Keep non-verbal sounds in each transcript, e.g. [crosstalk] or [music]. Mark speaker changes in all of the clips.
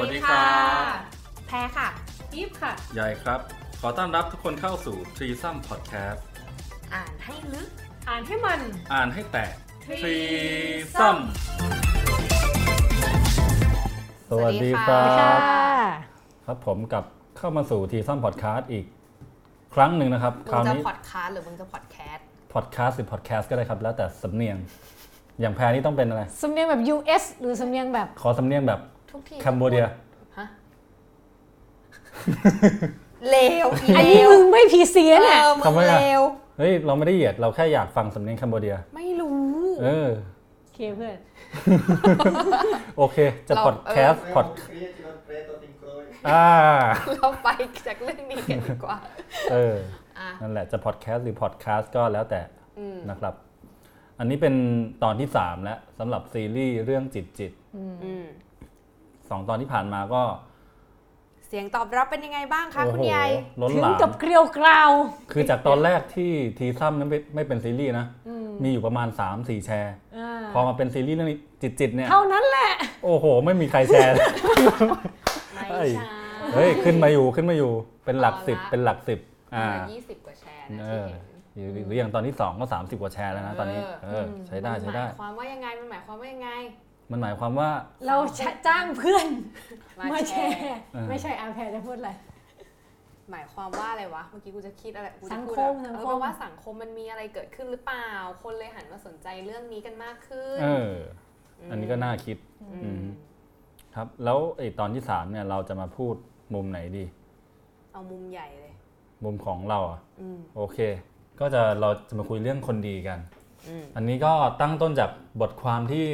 Speaker 1: วัสดีค่ะ
Speaker 2: แพ้ค่ะ
Speaker 3: อีฟค่ะ
Speaker 1: ใหญ่ครับ ขอต้อนรับทุกคนเข้าสู่ Threesome Podcast
Speaker 2: อ่านให้ลึก
Speaker 3: อ่านให้มัน
Speaker 1: อ่านให้แตก
Speaker 3: Threesome
Speaker 2: สวัสดีครับ
Speaker 1: ครับผมกลับเข้ามาสู่ Threesome Podcast อีกครั้งหนึ่งนะครับ
Speaker 2: มึง
Speaker 1: คราว
Speaker 2: จะ
Speaker 1: นี้
Speaker 2: พอดคาสต์หรือมึงจะพอดแคสต์
Speaker 1: Podcast หรือ Podcast ก็ได้ครับ แล้วแต่สำเนียง อย่างแพรนี่ต้องเป็นอะไร
Speaker 4: สำเนียงแบบ US หรือสำเนียงแบบ
Speaker 1: ขอสำเนียงแบบ
Speaker 2: ทุกที
Speaker 1: แคมโบเดีย
Speaker 2: ฮะเลว
Speaker 4: อันนี้มึงไม่พีเซีย
Speaker 2: เอ
Speaker 4: เนี่ย
Speaker 2: อมึง
Speaker 1: ทำไมอะ
Speaker 2: เลว
Speaker 1: เฮ้ย เราไม่ได้เหยียด เราแค่อยากฟังสำเนียงแคมโบเดีย
Speaker 2: ไม่รู้
Speaker 1: เออ
Speaker 4: โอเคเพื่อน
Speaker 1: โอเค จะ
Speaker 2: เรา
Speaker 1: Podcast
Speaker 5: ไม่
Speaker 1: pod
Speaker 5: ผมเครียดจนเปรตตัวติงโกรย
Speaker 1: อ่า
Speaker 2: เราไปจากเรื่องนี้กันดีกว่า
Speaker 1: เออ
Speaker 2: อ่ะ
Speaker 1: นั่นแหละจะพอดแคสต์หรือพอดแคสต์ก็แล้วแต่
Speaker 2: อืม
Speaker 1: นะครับ อันนี้เป็นตอนที่ 3 แล้วสำหรับซีรีส์เรื่องจิตจิต
Speaker 2: อืม
Speaker 1: สองตอนที่ผ่านมาก็
Speaker 2: เสียงตอบรับเป็นยังไงบ้างคะ
Speaker 1: โอ้
Speaker 2: คุณ
Speaker 1: โห
Speaker 2: ยาย
Speaker 1: ล้น
Speaker 4: ถึ
Speaker 1: ห
Speaker 4: ง
Speaker 1: ลาม
Speaker 4: กับเกลียวกราว
Speaker 1: คือจากตอนแรกที่ทีซัมนั้นไม่ไม่เป็นซีรีส์นะ มีอยู่ประมาณ 3-4 แชร์
Speaker 4: อ่า
Speaker 1: พอมาเป็นซีรีส์เรื่องนี้จิตจิตเนี่ย
Speaker 4: เท่านั้นแหละ
Speaker 1: โอ้โห ไม่มีใครแชร์เลย
Speaker 2: ไม่
Speaker 1: เอ้ย
Speaker 2: ใช่
Speaker 1: เฮ้ย ขึ้นมาอยู่ขึ้นมาอยู่เป็นหลักสิบเป็นหลักสิบ
Speaker 2: อ่า
Speaker 1: อ่า
Speaker 2: ยี่สิบกว่าแชร์นะ
Speaker 1: เอ
Speaker 2: ที่
Speaker 1: อ
Speaker 2: เห็น
Speaker 1: หรือหรืออย่างตอนที่ 2 ก็ 30 กว่าแชร์แล้วนะตอนนี้
Speaker 2: เออ
Speaker 1: เออ ใช้ได้
Speaker 2: มัน
Speaker 1: ใช้
Speaker 2: ห
Speaker 1: ได้
Speaker 2: มายความว่ายังไงมันหมายความว่ายังไง
Speaker 1: มันหมายความว่า
Speaker 4: เราจะจ้างเพื่อน มา
Speaker 2: มาแช
Speaker 4: แชร์
Speaker 2: ร์
Speaker 1: เออ
Speaker 4: ไม่ใช่อาแพรจะพูดอะไร
Speaker 2: หมายความว่าอะไรวะ เมื่อกี้กูจะคิดอะไรกูจะ
Speaker 4: สังคม
Speaker 2: พูดอะ
Speaker 4: สังคม
Speaker 2: เออแปลว่าสังคมมันมีอะไรเกิดขึ้นหรือเปล่า คนเลยหันมาสนใจเรื่องนี้กันมากขึ้น
Speaker 1: เออ อันนี้ก็น่าคิด อืม ครับ แล้วไอ้ตอนที่สามเนี่ยเราจะมาพูดมุมไหนดี
Speaker 2: เอามุมใหญ่เลย
Speaker 1: มุมของเราอ่ะ
Speaker 2: อืม
Speaker 1: โอเค ก็จะเราจะมาคุยเรื่องคนดีกัน
Speaker 2: อืม
Speaker 1: อันนี้ก็ตั้งต้นจากบทความที่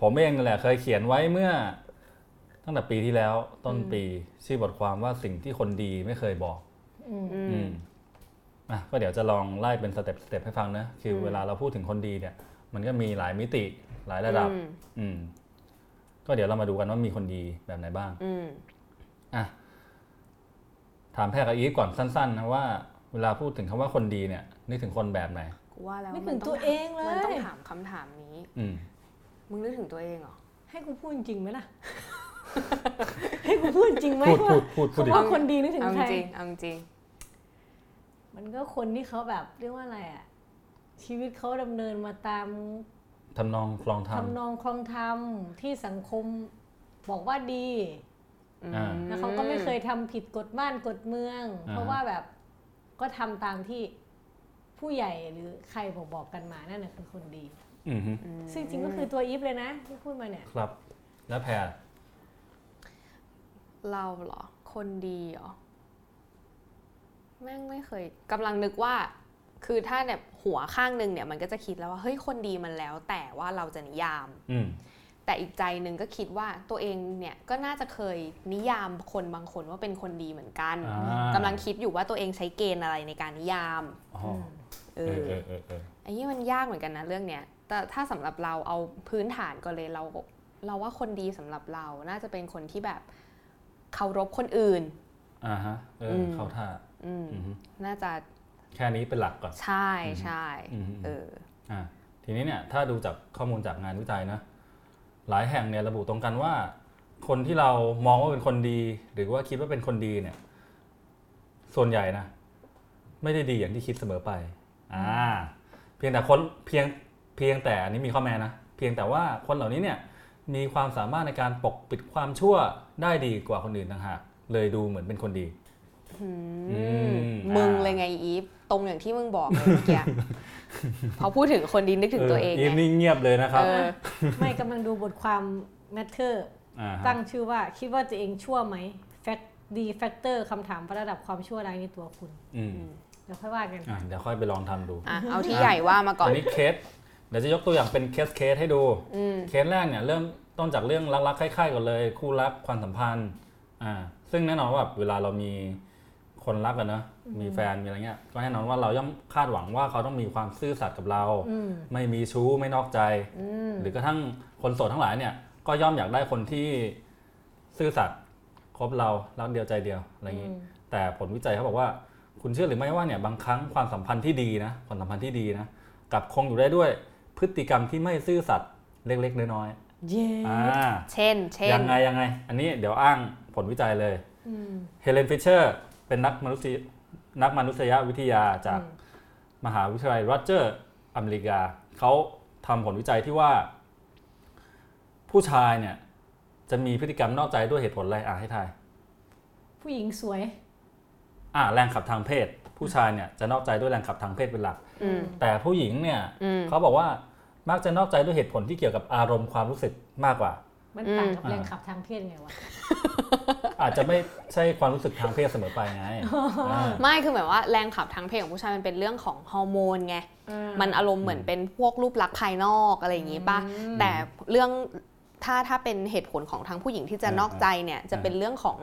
Speaker 1: ผมเองนั่นแหละเคยเขียนไว้เมื่อ ตั้งแต่ปีที่แล้วต้นปี ชื่อบทความว่าสิ่งที่คนดีไม่เคยบอก
Speaker 2: อื
Speaker 1: อื
Speaker 2: ม
Speaker 1: มอ่ะก็เดี๋ยวจะลองไล่เป็นสเต็ปสเต็ปให้ฟังนะคืออ
Speaker 2: ม
Speaker 1: เวลาเราพูดถึงคนดีเนี่ย มันก็มีหลายมิติหลายระดับ อืม ก็เดี๋ยวเรามาดูกันว่ามีคนดีแบบไหนบ้าง
Speaker 2: อืม
Speaker 1: อ่ะถามแพทย์กับอีฟก่อนสั้นๆนะว่าเวลาพูดถึงคำว่าคนดีเนี่ย นึกถึงคนแบบไหน
Speaker 2: กูว่าแล้ว
Speaker 4: ไม่ถึงตัวเองเล
Speaker 2: มันต้อย งถามคำถามนี้
Speaker 1: อืม
Speaker 2: มึงนึกถึงตัวเองเหรอ
Speaker 4: ให้กูพูดจริงไหมล่ะ [laughs] ให้กูพูดจริงไหม
Speaker 1: พูด
Speaker 4: ว่า
Speaker 1: พูดพูดพูดดิ
Speaker 4: ว่าคนดีนึกถึง
Speaker 2: เอาจ
Speaker 4: ใคร
Speaker 2: ริงเอาจริง
Speaker 4: มันก็คนที่เขาแบบเรียกว่าอะไรอะชีวิตเขาดำเนินมาตาม
Speaker 1: ทำนองคลองธรรม
Speaker 4: ทำนองคลองธรรมที่สังคมบอกว่าดี
Speaker 1: อ่า
Speaker 4: แล้วเขาก็ไม่เคยทำผิดกฎบ้านกฎเมือง
Speaker 1: อ่าฮะ
Speaker 4: เพราะว่าแบบก็ทำตามที่ผู้ใหญ่หรือใครบอกบอกกันมานั่นแหะคือคนดี
Speaker 1: อือฮึ
Speaker 4: ซึ่งจริงก็คือตัวอีฟเลยนะที่พูดมาเนี่ย
Speaker 1: ครับ แล้วแพทย์
Speaker 2: เราเหรอ คนดีเหรอ แม่งไม่เคยกำลังนึกว่า คือถ้าแบบหัวข้างหนึ่งเนี่ยมันก็จะคิดแล้วว่า เฮ้ย คนดีมันแล้ว แต่ว่าเราจะนิยาม
Speaker 1: อืม
Speaker 2: แต่อีกใจหนึ่งก็คิดว่าตัวเองเนี่ยก็น่าจะเคยนิยามคนบางคนว่าเป็นคนดีเหมือนกัน
Speaker 1: อ่าก
Speaker 2: กำลังคิดอยู่ว่าตัวเองใช้เกณฑ์อะไรในการนิยาม
Speaker 1: อ๋อ
Speaker 2: เออ
Speaker 1: เออเออเออเออ
Speaker 2: ไอ้นี่มันยากเหมือนกันนะเรื่องเนี้ยแต่ถ้าสำหรับเราเอาพื้นฐานก็เลยเรา เราว่าคนดีสำหรับเราน่าจะเป็นคนที่แบบเคารพคนอื่น
Speaker 1: อ่าฮะ เอออ
Speaker 2: ม
Speaker 1: เข้าท่า
Speaker 2: อืม
Speaker 1: อือฮึ
Speaker 2: น่าจะ
Speaker 1: แค่นี้เป็นหลักก่อน
Speaker 2: ใช่ใช่
Speaker 1: อืม
Speaker 2: เออ
Speaker 1: อ่าทีนี้เนี่ยถ้าดูจากข้อมูลจากงานวิจัยนะ หลายแห่งเนี่ยระบุตรงกันว่า คนที่เรามองว่าเป็นคนดี หรือว่าคิดว่าเป็นคนดีเนี่ย ส่วนใหญ่นะ ไม่ได้ดีอย่างที่คิดเสมอไป อ่า เพียงแต่คนเพียงเพียงแต่อันนี้มีข้อแม้นะเพียงแต่ว่าคนเหล่านี้เนี่ย มีความสามารถในการปกปิดความชั่วได้ดีกว่าคนอื่นต่างหากเลยดูเหมือนเป็นคนดี อืม
Speaker 2: มึง
Speaker 1: อ่า
Speaker 2: เลยไงอีฟตรงอย่างที่มึงบอกเลยเมื่อกี้ [laughs] พอพูดถึงคนดีนึกถึงตัวเอง
Speaker 1: เออ
Speaker 2: ไง
Speaker 1: นี่เงียบเลยนะครับ
Speaker 2: เออ
Speaker 4: ไม่กำลังดูบทความ matter
Speaker 1: าฮะ
Speaker 4: ตั้งชื่อว่าคิดว่าตัวเองชั่วไหม fact ดี factor คำถามว่าระดับความชั่วร้ายในตัวคุณ
Speaker 1: อืม
Speaker 4: เดี๋ยวค่อยว่ากัน
Speaker 1: อ่ะเดี๋ยวค่อยไปลองทำดู
Speaker 2: อ่ะเอาที่ใหญ่ว่ามาก่อน
Speaker 1: อันนี้เคส เดี๋ยวจะยกตัวอย่างเป็นเคสเคสให้ดู เคสแรกเนี่ยเริ่มต้นจากเรื่องรักๆใคล้ายๆก่อนเลย คู่รักความสัมพันธ์อ่าซึ่งแน่นอนว่าแบบเวลาเรามีคนรักกันเนอะมีแฟนมีอะไรเงี้ย ก็แน่นอนว่าเราย่อมคาดหวังว่าเขาต้องมีความซื่อสัตย์กับเรา
Speaker 4: อืม
Speaker 1: ไม่มีชู้ไม่นอกใจ หรือกระทั่งคนโสดทั้งหลายเนี่ย ก็ย่อมอยากได้คนที่ซื่อสัตย์คบเรารักเดียวใจเดียวอะไรอย่างนี้ แต่ผลวิจัยเขาบอกว่า คุณเชื่อหรือไม่ว่าเนี่ยบางครั้งความสัมพันธ์ที่ดีนะความสัมพันธ์ที่ดีนะกลับคงอยู่ได้ด้วยพฤติกรรมที่ไม่ซื่อสัตย์เล็กๆน้อยๆ
Speaker 4: เย่
Speaker 1: อ่า
Speaker 2: เช่น เช่น
Speaker 1: ยังไงยังไง อันนี้เดี๋ยวอ้างผลวิจัยเลย
Speaker 4: อืม
Speaker 1: เฮเลนฟิชเชอร์ เป็นนักมนุษยนักมนุษยวิทยาจาก
Speaker 4: อืม
Speaker 1: มหาวิทยาลัยโรเจอร์อเมริกา เขาทำผลวิจัยที่ว่า ผู้ชายเนี่ย จะมีพฤติกรรมนอกใจด้วยเหตุผลอะไรอ่ะให้ทาย
Speaker 4: ผู้หญิงสวย
Speaker 1: อ่ะแรงขับทางเพศ ผู้ชายเนี่ยจะนอกใจด้วยแรงขับทางเพศเป็นหลัก
Speaker 2: อืม
Speaker 1: แต่ผู้หญิงเนี่ย
Speaker 2: อืม
Speaker 1: เขาบอกว่ามักจะนอกใจด้วยเหตุผลที่เกี่ยวกับอารมณ์ความรู้สึกมากกว่า
Speaker 4: มันต่างกับ
Speaker 1: อืม
Speaker 4: แรงขับทางเพศไงวะ
Speaker 1: อาจจะไม่ใช่ความรู้สึกทางเพศเสมอไปไงอ่า
Speaker 2: ไม่คือหมายว่าแรงขับทางเพศของผู้ชายมันเป็นเรื่องของฮอร์โมนไง มันอารมณ์เหมือนเป็นพวกรูปลักษณ์ภายนอกอะไรอย่างนี้ป่ะ
Speaker 4: อืม
Speaker 2: แต่เรื่องถ้าถ้าเป็นเหตุผลของทางผู้หญิงที่จะ
Speaker 1: อ่าน
Speaker 2: อกใจเนี่ยจะ
Speaker 1: อ่า
Speaker 2: เป็นเรื่องของ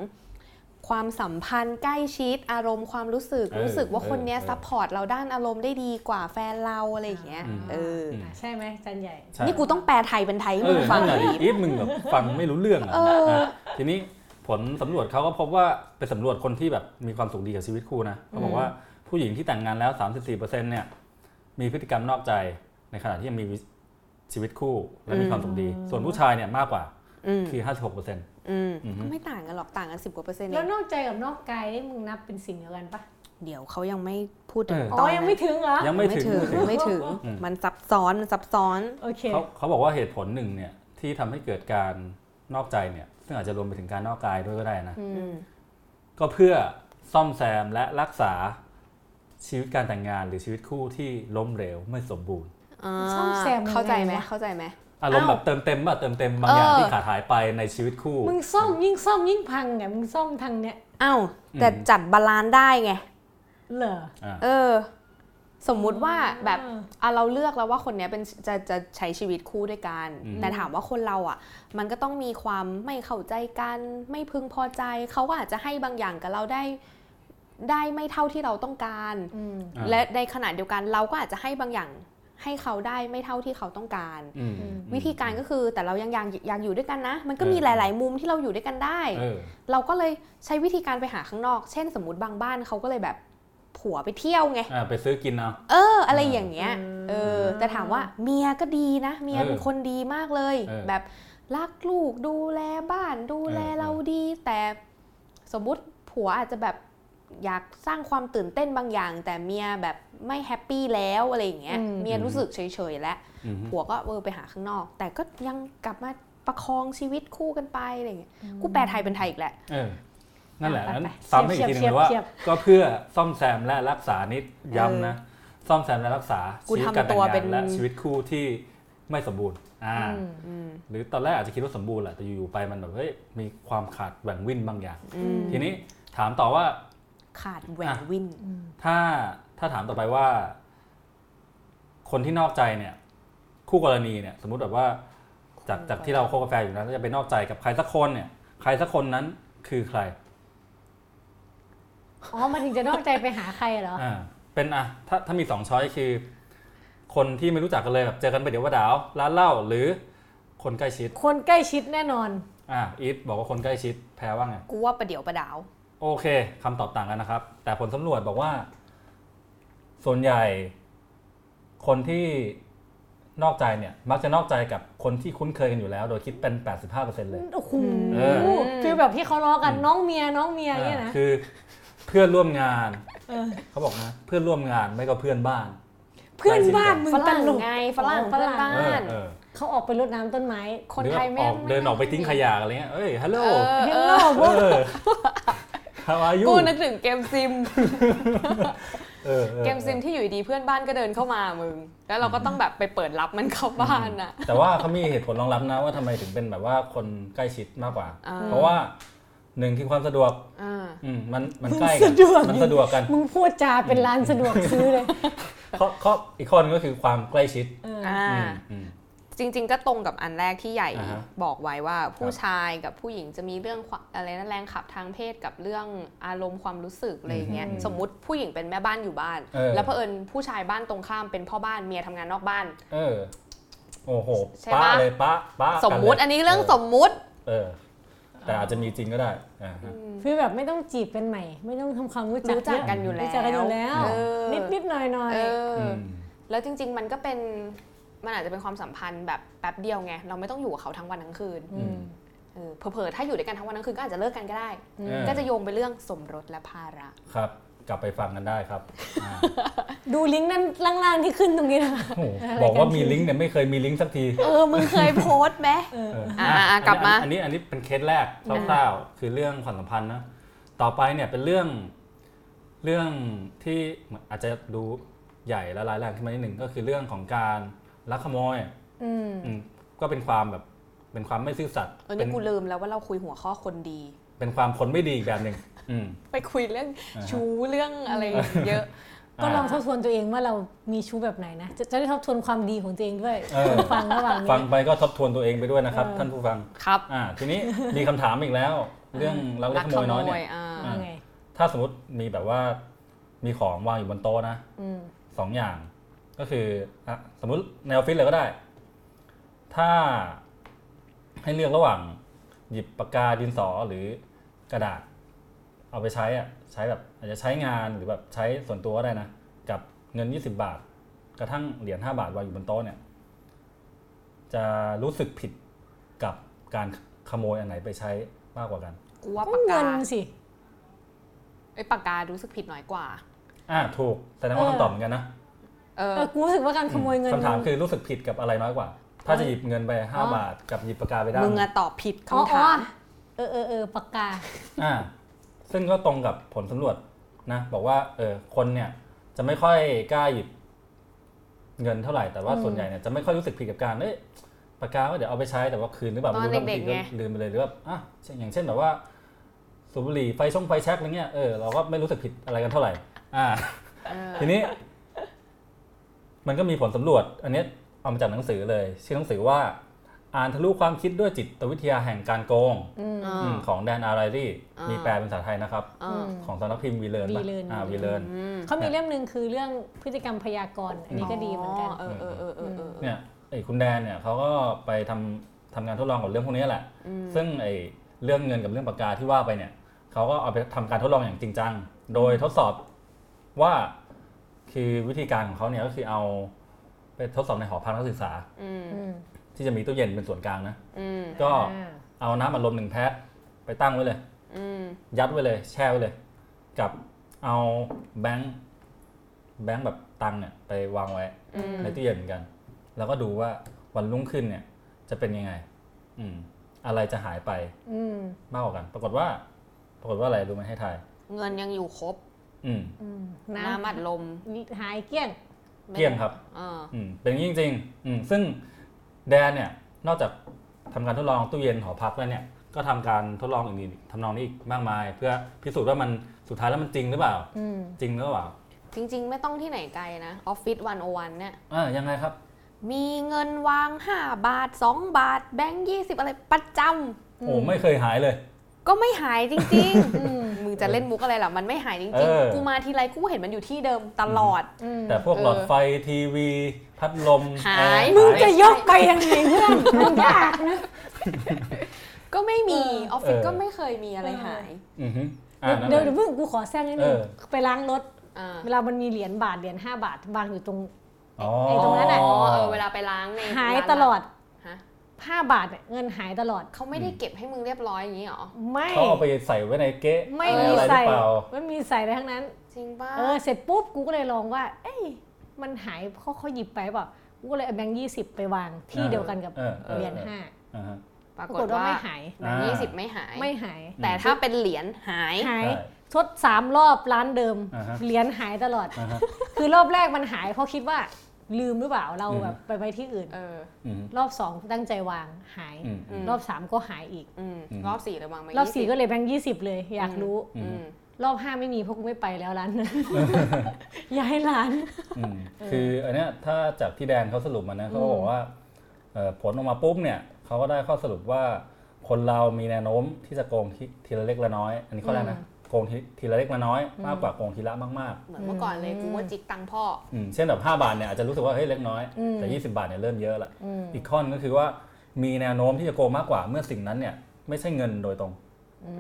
Speaker 2: ความสัมพันธ์ใกล้ชิดอารมณ์ความรู้สึก
Speaker 1: เออ
Speaker 2: รู้สึกว่า
Speaker 1: เออ
Speaker 2: คนเนี้ย
Speaker 1: เออ
Speaker 2: ซัพพอร์ตเราด้านอารมณ์ได้ดีกว่าแฟนเราอะไรอย่างเงี้ย
Speaker 1: อืม
Speaker 2: เอออ
Speaker 4: อ่ะใช่ไหมจันใหญ่
Speaker 1: ใช่
Speaker 2: นี่กูต้องแปลไทยเป็นไทยให้
Speaker 1: เอ
Speaker 2: มึ
Speaker 1: อง
Speaker 2: ฟัง
Speaker 1: นั่น
Speaker 2: ดี
Speaker 1: น่ะดิอีฟมึงแบบฟังไม่รู้เรื่องอ่ะ
Speaker 2: เออ
Speaker 1: นะทีนี้ผลสำรวจเขาก็พบว่าไปสำรวจคนที่แบบมีความสุขดีกับชีวิตคู่นะเขาบอกว่าผู้หญิงที่แต่งงานแล้ว 34%เนี่ยมีพฤติกรรมนอกใจในขณะที่ยังมีชีวิตคู่และมีความสุขดี ส่วนผู้ชายเนี่ยมากกว่า
Speaker 2: อืม
Speaker 1: คือ 56%
Speaker 2: อืม
Speaker 1: อือฮึ
Speaker 2: ก็ไม่ต่างกันหรอกต่างกันสิบกว่าเปอร์เซ็นต์เอ
Speaker 4: แล้ว
Speaker 2: ง
Speaker 4: นอกใจกับนอกกายนี่มึงนับเป็นสิ่งเดียวกันปะ
Speaker 2: เดี๋ยวเขายังไม่พูดถึง
Speaker 1: เออ
Speaker 2: ตน
Speaker 4: อ๋อ
Speaker 2: นั้น
Speaker 4: ยังไม่ถึงเหรอ
Speaker 1: ยังไม่ถึง
Speaker 2: ยังไม่ถึง
Speaker 1: อืม
Speaker 2: มันซับซ้อนมันซับซ้อน
Speaker 4: โอเค
Speaker 1: เขาเขาบอกว่าเหตุผลหนึ่งเนี่ยที่ทำให้เกิดการนอกใจเนี่ย ซึ่งอาจจะรวมไปถึงการนอกกายด้วยก็ได้นะ
Speaker 4: อืม
Speaker 1: ก็เพื่อซ่อมแซมและรักษาชีวิตการแต่งงานหรือชีวิตคู่ที่ล้มเหลวไม่สมบูรณ์
Speaker 2: อ่า
Speaker 4: ซ่อมแซมยังไง
Speaker 2: เข้าใจไหม
Speaker 4: วะ
Speaker 2: เข้าใจไหม
Speaker 1: อารมณ์แบบเติมเต็มป่ะเติมเต็มบางอย่าง
Speaker 2: เออ
Speaker 1: ที่ขาดหายไปในชีวิตคู่
Speaker 4: มึงซ่อมยิ่งซ่อมยิ่งพังไงมึงซ่อมทางเนี้ย
Speaker 2: อ้าวแต่
Speaker 1: อืม
Speaker 2: จัดบาลานซ์ได้ไง
Speaker 4: เหรอ
Speaker 1: อ่า
Speaker 2: เออ สมมุติว่าแบบ
Speaker 4: อ่า
Speaker 2: อ่ะเราเลือกแล้วว่าคนเนี้ยเป็นจะจะใช้ชีวิตคู่ด้วยกัน
Speaker 1: อืม
Speaker 2: แต่ถามว่าคนเราอ่ะ มันก็ต้องมีความไม่เข้าใจกัน ไม่พึงพอใจ เขาก็อาจจะให้บางอย่างกับเราได้ได้ไม่เท่าที่เราต้องการ
Speaker 4: อืม
Speaker 1: อ่า
Speaker 2: และในขณะเดียวกันเราก็อาจจะให้บางอย่างให้เขาได้ไม่เท่าที่เขาต้องการ
Speaker 1: อืม
Speaker 2: วิธีการก็คือแต่เรายังอยากอยากอยู่ด้วยกันนะ มันก็
Speaker 1: เออ
Speaker 2: มีหลาย ๆ มุมที่เราอยู่ด้วยกันได้
Speaker 1: เออ
Speaker 2: เราก็เลยใช้วิธีการไปหาข้างนอก เช่นสมมติบางบ้านเขาก็เลยแบบผัวไปเที่ยวไง
Speaker 1: อ่าไปซื้อกินเอา
Speaker 2: เออ อะไรอย่างเงี้ย เออ แต่ถามว่าเมียก็ดีนะ เมีย
Speaker 1: เออ
Speaker 2: เป็นคนดีมากเลย
Speaker 1: เออ
Speaker 2: แบบรักลูกดูแลบ้านดูแล
Speaker 1: เออ
Speaker 2: เราดี แต่สมมติผัวอาจจะแบบอยากสร้างความตื่นเต้นบางอย่าง แต่เมียแบบไม่แฮปปี้แล้วอะไรอย่างเงี้ย
Speaker 4: อืม
Speaker 2: เมียรู้สึกเฉยๆแล้ว
Speaker 1: อืม
Speaker 2: ผัวก็เออไปหาข้างนอก แต่ก็ยังกลับมาประคองชีวิตคู่กันไปอะไรอย่างเงี้ย กูแปลไทยเป็นไทยอีกแหละ
Speaker 1: เออ นั่นแหละ
Speaker 4: ไปไป
Speaker 1: นั้น
Speaker 4: ไป
Speaker 1: ซ้ำให้อีกทีหนึง
Speaker 4: เชีย
Speaker 1: เล
Speaker 4: บ
Speaker 1: ยว่า
Speaker 4: เชียบ
Speaker 1: ก็เพื่อซ่อมแซมและรักษานิดย้ำนะ ซ่อมแซมและรักษา
Speaker 2: กู
Speaker 1: ชีวิตการ
Speaker 2: ทำตั
Speaker 1: แต่ง
Speaker 2: ว
Speaker 1: งา
Speaker 2: เป็น น
Speaker 1: และชีวิตคู่ที่ไม่สมบูรณ์ อ่า
Speaker 4: อืม
Speaker 2: อืม
Speaker 1: หรือตอนแรกอาจจะคิดว่าสมบูรณ์แหละแต่อยู่ๆไปมันแบบเฮ้ยมีความขาดแหว่งวินบางอย่าง
Speaker 2: อืม
Speaker 1: ทีนี้ถามต่อว่า
Speaker 2: ขาดแหวนวิน
Speaker 1: ถ้าถ้าถามต่อไปว่า คนที่นอกใจเนี่ย คู่กรณีเนี่ย สมมุติแบบว่า จากจากที่เราคบกาแฟนอยู่นะถ้าจะไปนอกใจกับใครสักคนเนี่ย ใครสักคนนั้นคือใคร
Speaker 4: อ๋อมาถึงจะนอกใจไปหาใครเหรอ
Speaker 1: อ่าเป็นอ่ะถ้าถ้ามีสองช้อยคือ คนที่ไม่รู้จักกันเลยแบบเจอกันไปเดี๋ยวว่าดาวร้านเหล้าหรือคนใกล้ชิด
Speaker 4: คนใกล้ชิดแน่นอน
Speaker 1: อ่าอีทบอกว่าคนใกล้ชิดแพ้ว่าไง
Speaker 2: กูว่าประเดี๋ยวประดาว
Speaker 1: โอเคคำตอบต่างกันนะครับ แต่ผลสำรวจบอกว่า ส่วนใหญ่ คนที่นอกใจเนี่ย มักจะนอกใจกับคนที่คุ้นเคยกันอยู่แล้ว โดยคิดเป็น 85%เลย
Speaker 4: โอ้โห
Speaker 1: เออ
Speaker 4: คือแบบที่เขาล้อกันน้องเมียน้องเมียเนี่ยนะ
Speaker 1: อ่าคือเพื่อนร่วมงาน
Speaker 4: เออ
Speaker 1: เขาบอกนะเพื่อนร่วมงานไม่ก็เพื่อนบ้าน
Speaker 4: เพื่อนบ้านมึง
Speaker 2: ฝ
Speaker 4: ต
Speaker 2: รั่ง
Speaker 4: ลก
Speaker 2: ไงฝรั่ง
Speaker 4: อ๋อ
Speaker 2: เพื่อนบ้า
Speaker 1: เออน เออ
Speaker 4: เขาออกไปรดน้ำต้นไม้ คน
Speaker 1: หรือ
Speaker 4: ไท
Speaker 1: ว่าย อ
Speaker 4: แม่
Speaker 1: อกเดินออกไปทิ้งขยะอะไรเงี้ยเอ้ยฮัลโหล
Speaker 2: เออ
Speaker 4: เห็
Speaker 2: เอน
Speaker 4: หร
Speaker 2: อ
Speaker 4: อ [laughs] พวก
Speaker 1: เออ how are you
Speaker 2: กูนึกถึงเกมซิม
Speaker 1: เออออ
Speaker 2: เกมซิมที่อยู่ดีๆเพื่อนบ้านก็เดินเข้ามามึง แล้วเราก็ต้องแบบไปเปิดรับมันเข้าบ้านอ่ะ
Speaker 1: แต่ว่าเขามีเหตุผลรองรับนะว่าทำไมถึงเป็นแบบว่าคนใกล้ชิดมากกว่า
Speaker 2: อ่า
Speaker 1: เพราะว่าหนึ่งคือความสะดวก
Speaker 2: อ่า
Speaker 1: อืมมันมัน
Speaker 4: มึง
Speaker 1: ใกล้กั
Speaker 4: สะดวก
Speaker 1: มันสะดวกกัน
Speaker 4: มึงพูดจาเป็นร้านสะดวกซื้อเลย
Speaker 1: ข้อข้ออีกข้อหนึงก็คือความใกล้ชิด
Speaker 4: เออ
Speaker 2: อ่า
Speaker 1: อืมอืม
Speaker 2: จริง ๆ ก็ตรงกับอันแรกที่ใหญ่
Speaker 1: อ่าฮะ
Speaker 2: บอกไว้ว่าผู้
Speaker 1: ครับ
Speaker 2: ชายกับผู้หญิงจะมีเรื่องความอะไรนะแรงขับทางเพศกับเรื่องอารมณ์ความรู้สึกอะไรอย่างเงี้ย
Speaker 1: อืม
Speaker 2: สมมุติผู้หญิงเป็นแม่บ้านอยู่บ้าน
Speaker 1: เออ
Speaker 2: แล้วเผอิญผู้ชายบ้านตรงข้ามเป็นพ่อบ้านเมียทำงานนอกบ้าน
Speaker 1: เออโอ้โห
Speaker 2: ใช่
Speaker 1: ป้า
Speaker 2: ปะ
Speaker 1: เลยป้าป้า
Speaker 2: สมมุติอันนี้เรื่องสมมุติ
Speaker 1: เออ แต่อาจจะมีจริงก็ได้อ่าฮะ
Speaker 4: คือแบบไม่ต้องจีบเป็นใหม่ ไม่ต้องทำความรู้จัก
Speaker 2: รู้จักกันอยู่แล้ว
Speaker 4: รู้จักกันอยู่แล้ว
Speaker 2: เออ
Speaker 4: นิดนิดๆหน่อยหน่อย
Speaker 2: เอออ
Speaker 1: ม
Speaker 2: แล้วจริง ๆ มันก็เป็น มันอาจจะเป็นความสัมพันธ์แบบแป๊บเดียวไงเราไม่ต้องอยู่กับเขาทั้งวันทั้งคืน
Speaker 1: อืม
Speaker 2: เออเผลอๆถ้าอยู่ด้วยกันทั้งวันทั้งคืนก็อาจจะเลิกกันก็ได้
Speaker 1: เออ
Speaker 2: ก็จะโยงไปเรื่องสมรสและภาระ
Speaker 1: ครับ กลับไปฟังกันได้ครับอ่า
Speaker 4: ดูลิงก์นั้นล่างๆที่ขึ้นตรงนี้นะคะ
Speaker 1: โอ้โห
Speaker 4: อะไรกัน
Speaker 1: บอกว่ามีลิงก์เนี่ยไม่เคยมีลิงก์สักที
Speaker 2: เออมึงเคยโพสต์ไหม
Speaker 4: เออ
Speaker 1: เออ
Speaker 2: อ่ะ
Speaker 1: อ่ะ
Speaker 2: อ่ะกลับมา
Speaker 1: อันนี้อันนี้อันนี้เป็นเคสแรกคร่าวๆคือเรื่องความสัมพันธ์นะต่อไปเนี่ยเป็นเรื่องเรื่องที่เหมือนอาจจะดูใหญ่และร้ายแรงขึ้นมานิดหนึ่งก็คือเรื่องของการลักขโมย
Speaker 4: อืม
Speaker 1: อืมก็เป็นความแบบเป็นความไม่ซื่อสัตย์
Speaker 2: [laughs] เออ
Speaker 1: เป็
Speaker 2: นี่
Speaker 1: น
Speaker 2: กูลืมแล้วว่าเราคุยหัวข้อคนดี
Speaker 1: เป็นความคนไม่ดีอีกแบบหนึ่งอืม
Speaker 2: ไปคุยเรื่อง
Speaker 1: อ่าฮะ
Speaker 2: ชู้เรื่องอะไรเยอะ
Speaker 4: ก็ลอง
Speaker 2: อ่า
Speaker 4: ทบทวนตัวเองว่าเรามีชู้แบบไหนนะ จะจะได้ทบทวนความดีของตัวเองด้วย
Speaker 1: เออ
Speaker 4: ฟังระหว่าง
Speaker 1: ฟั
Speaker 4: นี้
Speaker 1: งไปก็ทบทวนตัวเองไปด้วยนะครับ
Speaker 4: เออ
Speaker 1: ท่านผู้ฟัง
Speaker 2: [laughs] ครับ
Speaker 1: อ่าทีนี้มีคำถามอีกแล้ว เรื่องลักเล็กขโมยน้อยเนี่ย
Speaker 2: อ่า
Speaker 1: อ่ะ
Speaker 4: ว่าไง
Speaker 1: ถ้าสมมติมีแบบว่ามีของวางอยู่บนโต๊ะนะ
Speaker 4: อืม
Speaker 1: สองอย่าง ก็คืออ่ะสมมติในออฟฟิศเลยก็ได้ ถ้าให้เลือกระหว่างหยิบปากกาดินสอหรือกระดาษ เอาไปใช้อ่ะใช้แบบ อาจจะใช้งานหรือแบบใช้ส่วนตัวก็ได้นะ กับเงิน 20 บาท กระทั่งเหรียญ5บาทวางอยู่บนโต๊ะเนี่ย จะรู้สึกผิดกับการขโมยอันไหนไปใช้มากกว่ากัน
Speaker 2: กูว่า
Speaker 4: ก็
Speaker 2: ปาก
Speaker 4: เงิ
Speaker 2: กาน
Speaker 4: สิ
Speaker 2: ไอ้ปากการู้สึกผิดน้อยกว่า
Speaker 1: อ่าถูกแสดงว่า
Speaker 4: เออ
Speaker 1: คำตอบเหมือนกันนะ
Speaker 2: เออ
Speaker 4: เออกูรู้สึกว่าการขโมยเงิน
Speaker 1: คำถามคือรู้สึกผิดกับอะไรน้อยกว่า ถ้าจะหยิบเงินไป
Speaker 4: อ๋อ
Speaker 1: 5 บาทกับหยิบปากกาไปได้
Speaker 2: มึงอะตอบผิด
Speaker 4: อ๋อ
Speaker 2: คำ
Speaker 4: อ๋
Speaker 2: ถา
Speaker 4: อ
Speaker 2: ม
Speaker 4: เออเออเออปากกา
Speaker 1: อ่าซึ่งก็ตรงกับผลสำรวจนะ บอกว่าเออคนเนี่ยจะไม่ค่อยกล้าหยิบเงินเท่าไหร่แต่ว่า
Speaker 4: อืม
Speaker 1: ส่วนใหญ่เนี่ยจะไม่ค่อยรู้สึกผิดกับการเอ้ยปากกาว่าเดี๋ยวเอาไปใช้แต่ว่าคืนหรือเปล่า
Speaker 2: ตอน
Speaker 1: ไม่รู้ว่า
Speaker 2: เด็
Speaker 1: บา
Speaker 2: กๆ
Speaker 1: งที
Speaker 2: ไง
Speaker 1: ลืมไปเลยหรือว่าอ่ะเช่นอย่างเช่นแบบว่าสูบบุหรี่ไฟช่องไฟแช็กอะไรเงี้ยเออเราก็ไม่รู้สึกผิดอะไรกันเท่าไหร่ อ่า
Speaker 2: เออ
Speaker 1: ทีนี้ มันก็มีผลสำรวจ อันเนี้ยเอามาจากหนังสือเลย ชื่อหนังสือว่า อ่านทะลุความคิดด้วยจิตวิทยาแห่งการโกง
Speaker 4: อืม
Speaker 2: อ่า
Speaker 1: อืมของแดนอารารี
Speaker 2: อ่ามี
Speaker 1: มีแปลเป็นภาษาไทยนะครับ
Speaker 2: อ่า
Speaker 1: ของสำนักพิมพ์วีเลน
Speaker 4: Relearn
Speaker 1: อ่าวีเลน
Speaker 2: อืม
Speaker 4: เขามีเล่มหนึ่งคือเรื่องพฤติกรรมพยากรณ์อันนี้ก็ดีเหมือนกัน
Speaker 2: เออเออเออเออเออ
Speaker 1: เนี่ยไอ้คุณแดนเนี่ยเขาก็ไปทำทำงานทดลองกับเรื่องพวกนี้แหละ ซึ่งไอ้เรื่องเงินกับเรื่องปากกาที่ว่าไปเนี่ยเขาก็เอาไปทำการทดลองอย่างจริงจัง โดยทดสอบว่าคือวิธีการของเขาเนี่ยก็คือเอาไปทดสอบในหอพักนักศึกษา
Speaker 2: อืม
Speaker 4: อืม
Speaker 1: ที่จะมีตู้เย็นเป็นส่วนกลางนะ
Speaker 2: อืม
Speaker 1: ก็
Speaker 4: อ่า
Speaker 1: เอาน้ำอัดลมหนึ่งแพ็คไปตั้งไว้เลย
Speaker 2: อืม
Speaker 1: ยัดไว้เลย แช่ไว้เลย กับเอาแบงค์แบงค์แบบตังค์เนี่ยไปวางไว้
Speaker 2: อืม
Speaker 1: ในตู้เย็นเหมือนกัน แล้วก็ดูว่าวันรุ่งขึ้นเนี่ย จะเป็นยังไง อืม อะไรจะหายไป
Speaker 4: อืม
Speaker 1: มากกว่ากัน ปรากฏว่า ปรากฏว่าอะไรรู้ไหมให้ทาย
Speaker 2: เงินยังอยู่ครบ
Speaker 1: อืม
Speaker 4: อืม
Speaker 2: น้ำอัดลม
Speaker 4: หายเกลี้ยง
Speaker 2: ไม่
Speaker 1: เกลี้ยงครับ
Speaker 2: เออ
Speaker 1: อืมเป็นอย่างนี้จริงๆอืมซึ่งแดนเนี่ย นอกจากทำการทดลองตู้เย็นหอพักแล้วเนี่ย ก็ทำการทดลองอื่นๆทำนองนี้อีกมากมาย เพื่อพิสูจน์ว่ามันสุดท้ายแล้วมันจริงหรือเปล่า
Speaker 4: อืม
Speaker 1: จริงหรือเปล่า
Speaker 2: จริง ๆ ไม่ต้องที่ไหนไกลนะออฟฟิศวันโอวันเนี่ย
Speaker 1: อ่ายังไงครับ
Speaker 2: มีเงินวาง 5 บาท 2 บาท แบงค์20 อะไรประจำ
Speaker 1: โอ้ไม่เคยหายเลย
Speaker 2: ก็ไม่หายจริง
Speaker 4: อืม
Speaker 2: ๆ มึงจะเล่นมุกอะไรล่ะ มันไม่หายจ
Speaker 1: เอ
Speaker 2: ริง
Speaker 1: อ
Speaker 2: ๆ กูมาทีไรกูก็เห็นมันอยู่ที่เดิมตลอด
Speaker 4: อืม
Speaker 1: แต่พวก
Speaker 2: เออ
Speaker 1: หลอดไฟทีวี พัดลม
Speaker 2: หาย
Speaker 1: แอร์
Speaker 4: มึงจะยกไปยังไงเพื่อนมันยากนะ
Speaker 2: ก็ไม่มี
Speaker 4: เออ
Speaker 2: ออฟฟิศก็ไม่เคยมีอะไรหาย
Speaker 1: อือฮึอ่านั่นแห
Speaker 4: เดี๋ยว
Speaker 1: ละ
Speaker 4: เดี๋ยวเพิ่งกูขอแซงนิดนึ
Speaker 1: เอ
Speaker 4: ง
Speaker 1: อ
Speaker 4: ไปล้างรถ
Speaker 2: อ่า
Speaker 4: เวลามันมีเหรียญบาทเหรียญ5บาทวางอยู่ตรง
Speaker 1: อ๋อ
Speaker 4: ไอ้ตรงนั้นน่ะ
Speaker 2: อ๋อเออเวลาไปล้างใน
Speaker 4: หาย
Speaker 2: ร้น
Speaker 4: ตลอด
Speaker 2: ฮะ
Speaker 4: 5บาทเนี่ยเงินหายตลอด
Speaker 2: เขาไม่ได้เก็บให้มึงเรียบร้อยอย่างนี้หรอ
Speaker 4: ไม่
Speaker 1: เขาเอาไปใส่ไว้ในเก๊ะ
Speaker 4: ไม่
Speaker 1: อะ
Speaker 4: มี
Speaker 1: ไรหรื
Speaker 4: ใส่
Speaker 1: อเปล่า
Speaker 4: ไม่มีใส่อะไรทั้งนั้น
Speaker 2: จริงป่ะ
Speaker 4: เออเสร็จปุ๊บกูก็เลยลองว่า เอ้ยมันหายเขาเขาหยิบไปเปล่ากูก็เลยเอาแบงค์ยี่สิบไปวางที่
Speaker 1: เออ
Speaker 4: เดียวกันกับ
Speaker 1: เออเออ
Speaker 4: เหรียญ
Speaker 1: เออ
Speaker 4: ห้า
Speaker 1: อ่าฮะ
Speaker 2: ปรา
Speaker 4: ปราก กฏ
Speaker 2: ฏ
Speaker 4: ว่า
Speaker 2: ว่า
Speaker 4: ไม่หาย
Speaker 2: แบงค์
Speaker 1: อ่า
Speaker 2: ยี่สิบไม่หาย
Speaker 4: ไม่หาย
Speaker 2: แต่ถ้าเป็นเหรียญหาย
Speaker 4: หาย
Speaker 1: ใช่
Speaker 4: ทดสามรอบร้านเดิม
Speaker 1: อ่าฮะ
Speaker 4: เหรียญหายตลอด
Speaker 1: อ่าฮะ
Speaker 4: คือรอบแรกมันหายเพราะคิดว่าลืมหรือเปล่าเรา
Speaker 1: อืม
Speaker 4: แบบไปไปที่อื่น
Speaker 2: เออ
Speaker 1: อือฮึ
Speaker 4: รอบสองตั้งใจวางหาย
Speaker 1: อืมอืม
Speaker 4: รอบสามก็หายอีก
Speaker 2: อืม
Speaker 1: อืม
Speaker 2: รอบสี่เลยวางมาร
Speaker 4: อบสี่
Speaker 2: 20
Speaker 4: ก็เลยแบงค์ยี่สิบเลย อยากรู้
Speaker 1: อื
Speaker 2: อื
Speaker 1: ม
Speaker 2: ม
Speaker 4: รอบห้าไม่มีเพราะกูไม่ไปแล้วร้าน
Speaker 1: [laughs]
Speaker 4: นั้น ย้ายร้าน
Speaker 1: อืมคืออันเนี้ยถ้าจากที่แดนเขาสรุปมานะเขาก็บอกว่าเอ่อผลออกมาปุ๊บเนี่ยเขาก็ได้ข้อสรุปว่า คนเรามีแนวโน้มที่จะโกงทีทีละเล็กละน้อย อันนี้ข้อแรกนะโกงทีทีละเล็กละน้อย มากกว่าโกงทีละมาก
Speaker 2: เหมือนเมื่อก่อนเลยกูว่าจิกตังค์พ่อ
Speaker 1: ๆอืมเช่นแบบ5บาทเนี่ยอาจจะรู้สึกว่าเฮ้ยเล็กน้อย
Speaker 4: อืม
Speaker 1: แต่ 20 บาทเนี่ยเริ่มเยอะละ
Speaker 4: อืม
Speaker 1: อีกข้อนึงก็คือว่ามีแนวโน้มที่จะโกงมากกว่าเมื่อสิ่งนั้นเนี่ยไม่ใช่เงินโดยตรง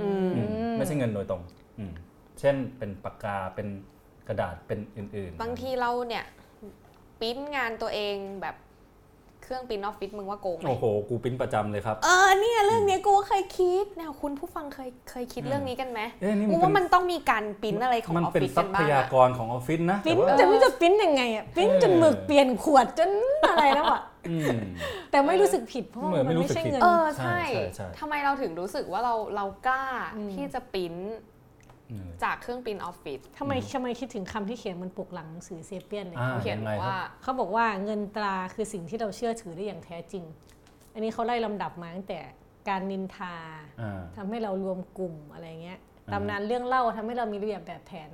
Speaker 2: อืม
Speaker 1: อืมไม่ใช่เงินโดยตรงอืมเช่นเป็นปากกาเป็นกระดาษเป็นอื่นๆ
Speaker 2: บางทีเราเนี่ยปริ้นงานตัวเองแบบ เครื่องปริ้นออฟฟิศมึงว่าโกงไหม
Speaker 1: โอ้โห กูปริ้นประจำเลยครับ
Speaker 2: เออเนี่ยเรื่องเนี้ยกูก็เคยคิดเนี่ยคุณผู้ฟังเคยเคยคิด
Speaker 1: อืม
Speaker 2: เรื่องนี้กันไหม
Speaker 1: เอ๊ะนี่
Speaker 2: กู
Speaker 1: มันเป็
Speaker 2: ว่ามัน นต้องมีการปริ้นอะไรของอ
Speaker 1: มัน
Speaker 2: อฟ
Speaker 1: เป็น
Speaker 2: ฟิศ
Speaker 1: ท
Speaker 2: กั
Speaker 1: รั
Speaker 2: น
Speaker 1: พ
Speaker 2: บ้าง
Speaker 1: ยา
Speaker 2: อะ
Speaker 1: กรของออฟฟิศนะ
Speaker 4: ปิ้น
Speaker 1: แต่ว่า
Speaker 4: จะไม่รู้จะปิ้นยังไงอ่ะปิ้นจนหมึกเปลี่ยนขวดจนอะไรแล้วอ่ะ
Speaker 1: อืม
Speaker 4: แต่ไม่รู้สึกผิดเพราะว่า
Speaker 1: เหมือนไม่
Speaker 4: มัน
Speaker 1: รู้
Speaker 4: ไม่
Speaker 1: สึก
Speaker 4: ใช่
Speaker 1: ผิด
Speaker 4: เงิน
Speaker 2: เออ
Speaker 1: ใช่
Speaker 2: ใช่
Speaker 1: ใช่ใช่
Speaker 2: ทำไมเราถึงรู้สึกว่าเราเรากล้า
Speaker 4: อืม
Speaker 2: ที่จะปริ้น
Speaker 1: อืม
Speaker 2: จากเครื่องปริ้นออฟฟิศ
Speaker 4: ทำไมทำไมคิดถึงคำที่เขียนบนปกหลังหนังสือเซเปียนเลย
Speaker 1: อ่า
Speaker 2: เขียนบอกว่า
Speaker 4: เขาบอกว่าเงินตราคือสิ่งที่เราเชื่อถือได้อย่างแท้จริง อันนี้เขาไล่ลำดับมาตั้งแต่การนินทา
Speaker 1: อ่า
Speaker 4: ทำให้เรารวมกลุ่มอะไรเงี้ย
Speaker 1: อืม
Speaker 4: ตำนานเรื่องเล่าทำให้เรามีระเบียบแบบแผน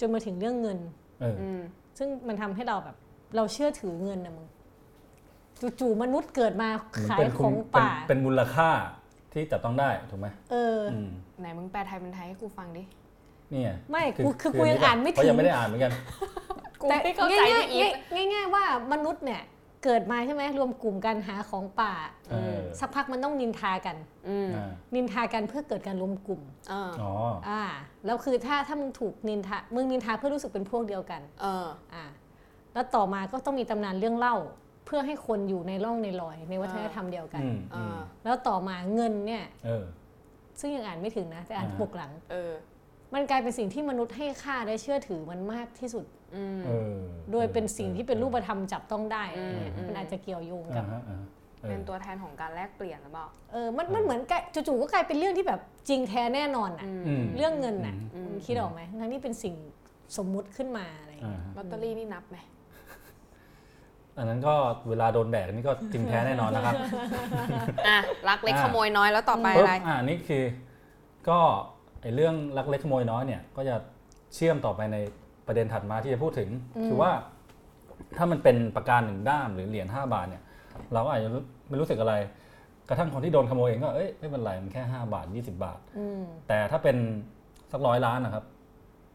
Speaker 4: จนมาถึงเรื่องเงิน
Speaker 1: เออ
Speaker 2: อืม
Speaker 4: ซึ่งมันทำให้เราแบบ เราเชื่อถือเงินนะมึงจู่ๆมนุษย์เกิดมา
Speaker 1: มัน
Speaker 4: ขาย
Speaker 1: เป็น
Speaker 4: ข
Speaker 1: คุณ
Speaker 4: อง
Speaker 1: เป็น
Speaker 4: ป่า
Speaker 1: เป็นมูลค่าที่จับต้องได้ถูกไหม
Speaker 4: เอออ
Speaker 1: อืม
Speaker 2: ไหนมึงแปลไทยเป็นไทยให้กูฟังดิ
Speaker 1: เนี่ย
Speaker 4: ไม่กูคือกูยังอ่านไม่
Speaker 1: เพระ
Speaker 4: ถึ
Speaker 1: ยัง งไม่ได้อ่านเหมือนกัน
Speaker 2: กูไม่เข้าใจ
Speaker 4: ง่
Speaker 2: ที่อีฟ
Speaker 4: ายๆง่ายๆว่ามนุษย์เนี่ยเกิดมาใช่ไหมรวมกลุ่มกันหาของป่า
Speaker 1: เออ
Speaker 4: สักพักมันต้องนินทากัน
Speaker 2: อืม
Speaker 1: อ่า
Speaker 4: นินทากันเพื่อเกิดการรวมกลุ่ม
Speaker 2: เออ
Speaker 1: อ๋อ
Speaker 4: อ่าแล้วคือถ้าถ้ามึงถูกนินทามึงนินทาเพื่อรู้สึกเป็นพวกเดียวกัน
Speaker 2: เออ
Speaker 4: อ่าแล้วต่อมาก็ต้องมีตำนานเรื่องเล่า เพื่อให้คนอยู่ในร่องในรอย ในวัฒนธรรมเดียวกัน
Speaker 1: อืม
Speaker 2: เอ
Speaker 1: อืม
Speaker 2: อ
Speaker 4: แล้วต่อมาเงินเนี่ย
Speaker 1: เออ
Speaker 4: ซึ่งยังอ่านไม่ถึงนะแต่อ่าน
Speaker 1: อ่า
Speaker 4: ปกหลัง
Speaker 2: เออ
Speaker 4: มันกลายเป็นสิ่งที่มนุษย์ให้ค่าและเชื่อถือมันมากที่สุด
Speaker 2: อืม
Speaker 1: เออ
Speaker 4: โดยเป็นสิ่งที่เป็นรูป
Speaker 1: ธรรม
Speaker 4: ธรรมจับต้องได้
Speaker 2: อืมอืม
Speaker 4: มันอาจจะเกี่ยวโยงกั
Speaker 1: อ่า
Speaker 4: บ
Speaker 1: ฮะอ่าฮะเอ
Speaker 2: เป็
Speaker 1: อน
Speaker 2: ตัวแทนของการแลกเปลี่ยนหรือเปล่า
Speaker 4: เออ มัน มันเหมือนกับจู่ๆ ก็กลายเป็นเรื่องที่แบบจริงแท้แน่นอนอะ
Speaker 2: อืม
Speaker 1: อืม
Speaker 4: เรื่องเงินน่ะ
Speaker 2: อืม
Speaker 4: คุณคิดออกไหมทั้งที่เป็นสิ่งสมมุติขึ้นมาอะไรอย่างเงี้ย
Speaker 1: อ่าฮะ
Speaker 2: ลอตเตอรี่นี่นับไหม
Speaker 1: อันนั้นก็เวลาโดนแดดนี่ก็จริงแท้แน่นอนนะครับ
Speaker 2: อ่ะรักเล็กขโมยน้อยแล้วต่อไป
Speaker 1: ปุ๊
Speaker 2: อะ
Speaker 1: บ
Speaker 2: ไร
Speaker 1: อ่านี่คือก็ไอเรื่องลักเล็กขโมยน้อยเนี่ย ก็จะเชื่อมต่อไปในประเด็นถัดมาที่จะพูดถึง
Speaker 4: อืม
Speaker 1: คือว่า ถ้ามันเป็นปากกาหนึ่งด้ามหรือเหรียญห้าบาทเนี่ย เราก็อาจจะไม่รู้สึกอะไร กระทั่งคนที่โดนขโมยเองก็เอ้ยไม่เป็นไรมันแค่ห้าบาทยี่สิบาท
Speaker 4: อืม
Speaker 1: แต่ถ้าเป็นสักร้อยล้านนะครับ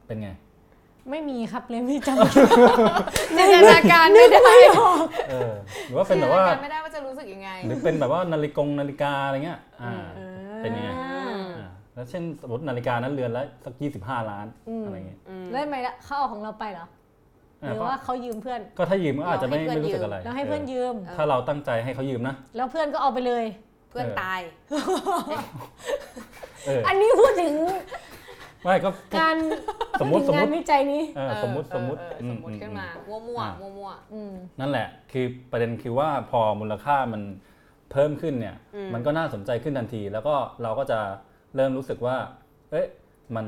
Speaker 1: เป็นไง
Speaker 4: ไม่มีครับ [laughs] เลยไม่จำ
Speaker 2: จินตนาการไม่ได้
Speaker 1: เออ หรือว่า
Speaker 2: จิ
Speaker 1: เป็น น
Speaker 2: ต
Speaker 1: แบ
Speaker 2: นา
Speaker 1: บว่า
Speaker 2: การไม่ได้ว่าจะรู้สึกยังไง
Speaker 1: หรือเป็นแบบว่านาฬิกงนาฬิกาอะไรเงี้ย อ่า
Speaker 4: อ่า
Speaker 1: เป็นยังไง
Speaker 2: อืม
Speaker 1: อ่าแล้วเช่นสมมตินาฬิกานั้นเรือนละสักยี่สิบห้าล้านอะไรเงี้ย
Speaker 2: อืม
Speaker 4: ได้ไหมละเขาเอาของเราไปเหรอ หรือว่าเขายืมเพื่อน
Speaker 1: ก็ถ้ายืมก็อาจจะไม่
Speaker 2: เราให้เพื่อ
Speaker 1: ไม่
Speaker 2: น
Speaker 1: รู้สึกอะไร
Speaker 4: แล้วให้เพื่อนยืม
Speaker 1: เออถ้าเราตั้งใจให้เขายืมนะ
Speaker 4: แล้วเพื่อนก็เอาไปเลย
Speaker 2: เพื่อน
Speaker 1: เออ
Speaker 2: ตาย
Speaker 1: เออ
Speaker 4: อันนี้พูดถึง
Speaker 1: ไม่ก็
Speaker 4: การ
Speaker 1: สมมุติ
Speaker 4: พูดถึงงาน
Speaker 1: สมมุติ
Speaker 4: วิจัยนี้
Speaker 1: เออ
Speaker 2: เออ
Speaker 1: สมมติสมมติ
Speaker 2: เออเออสมมติ
Speaker 1: อื
Speaker 2: ขึ้นมา
Speaker 1: อื
Speaker 2: มั่วมั่ว
Speaker 1: อ่ะ
Speaker 2: มั่วมั่ว
Speaker 4: อืม
Speaker 1: นั่นแหละ คือประเด็นคือว่าพอมูลค่ามันเพิ่มขึ้นเนี่ย
Speaker 2: อืม
Speaker 1: มันก็น่าสนใจขึ้นทันที แล้วก็เราก็จะเริ่มรู้สึกว่า เอ๊ะมัน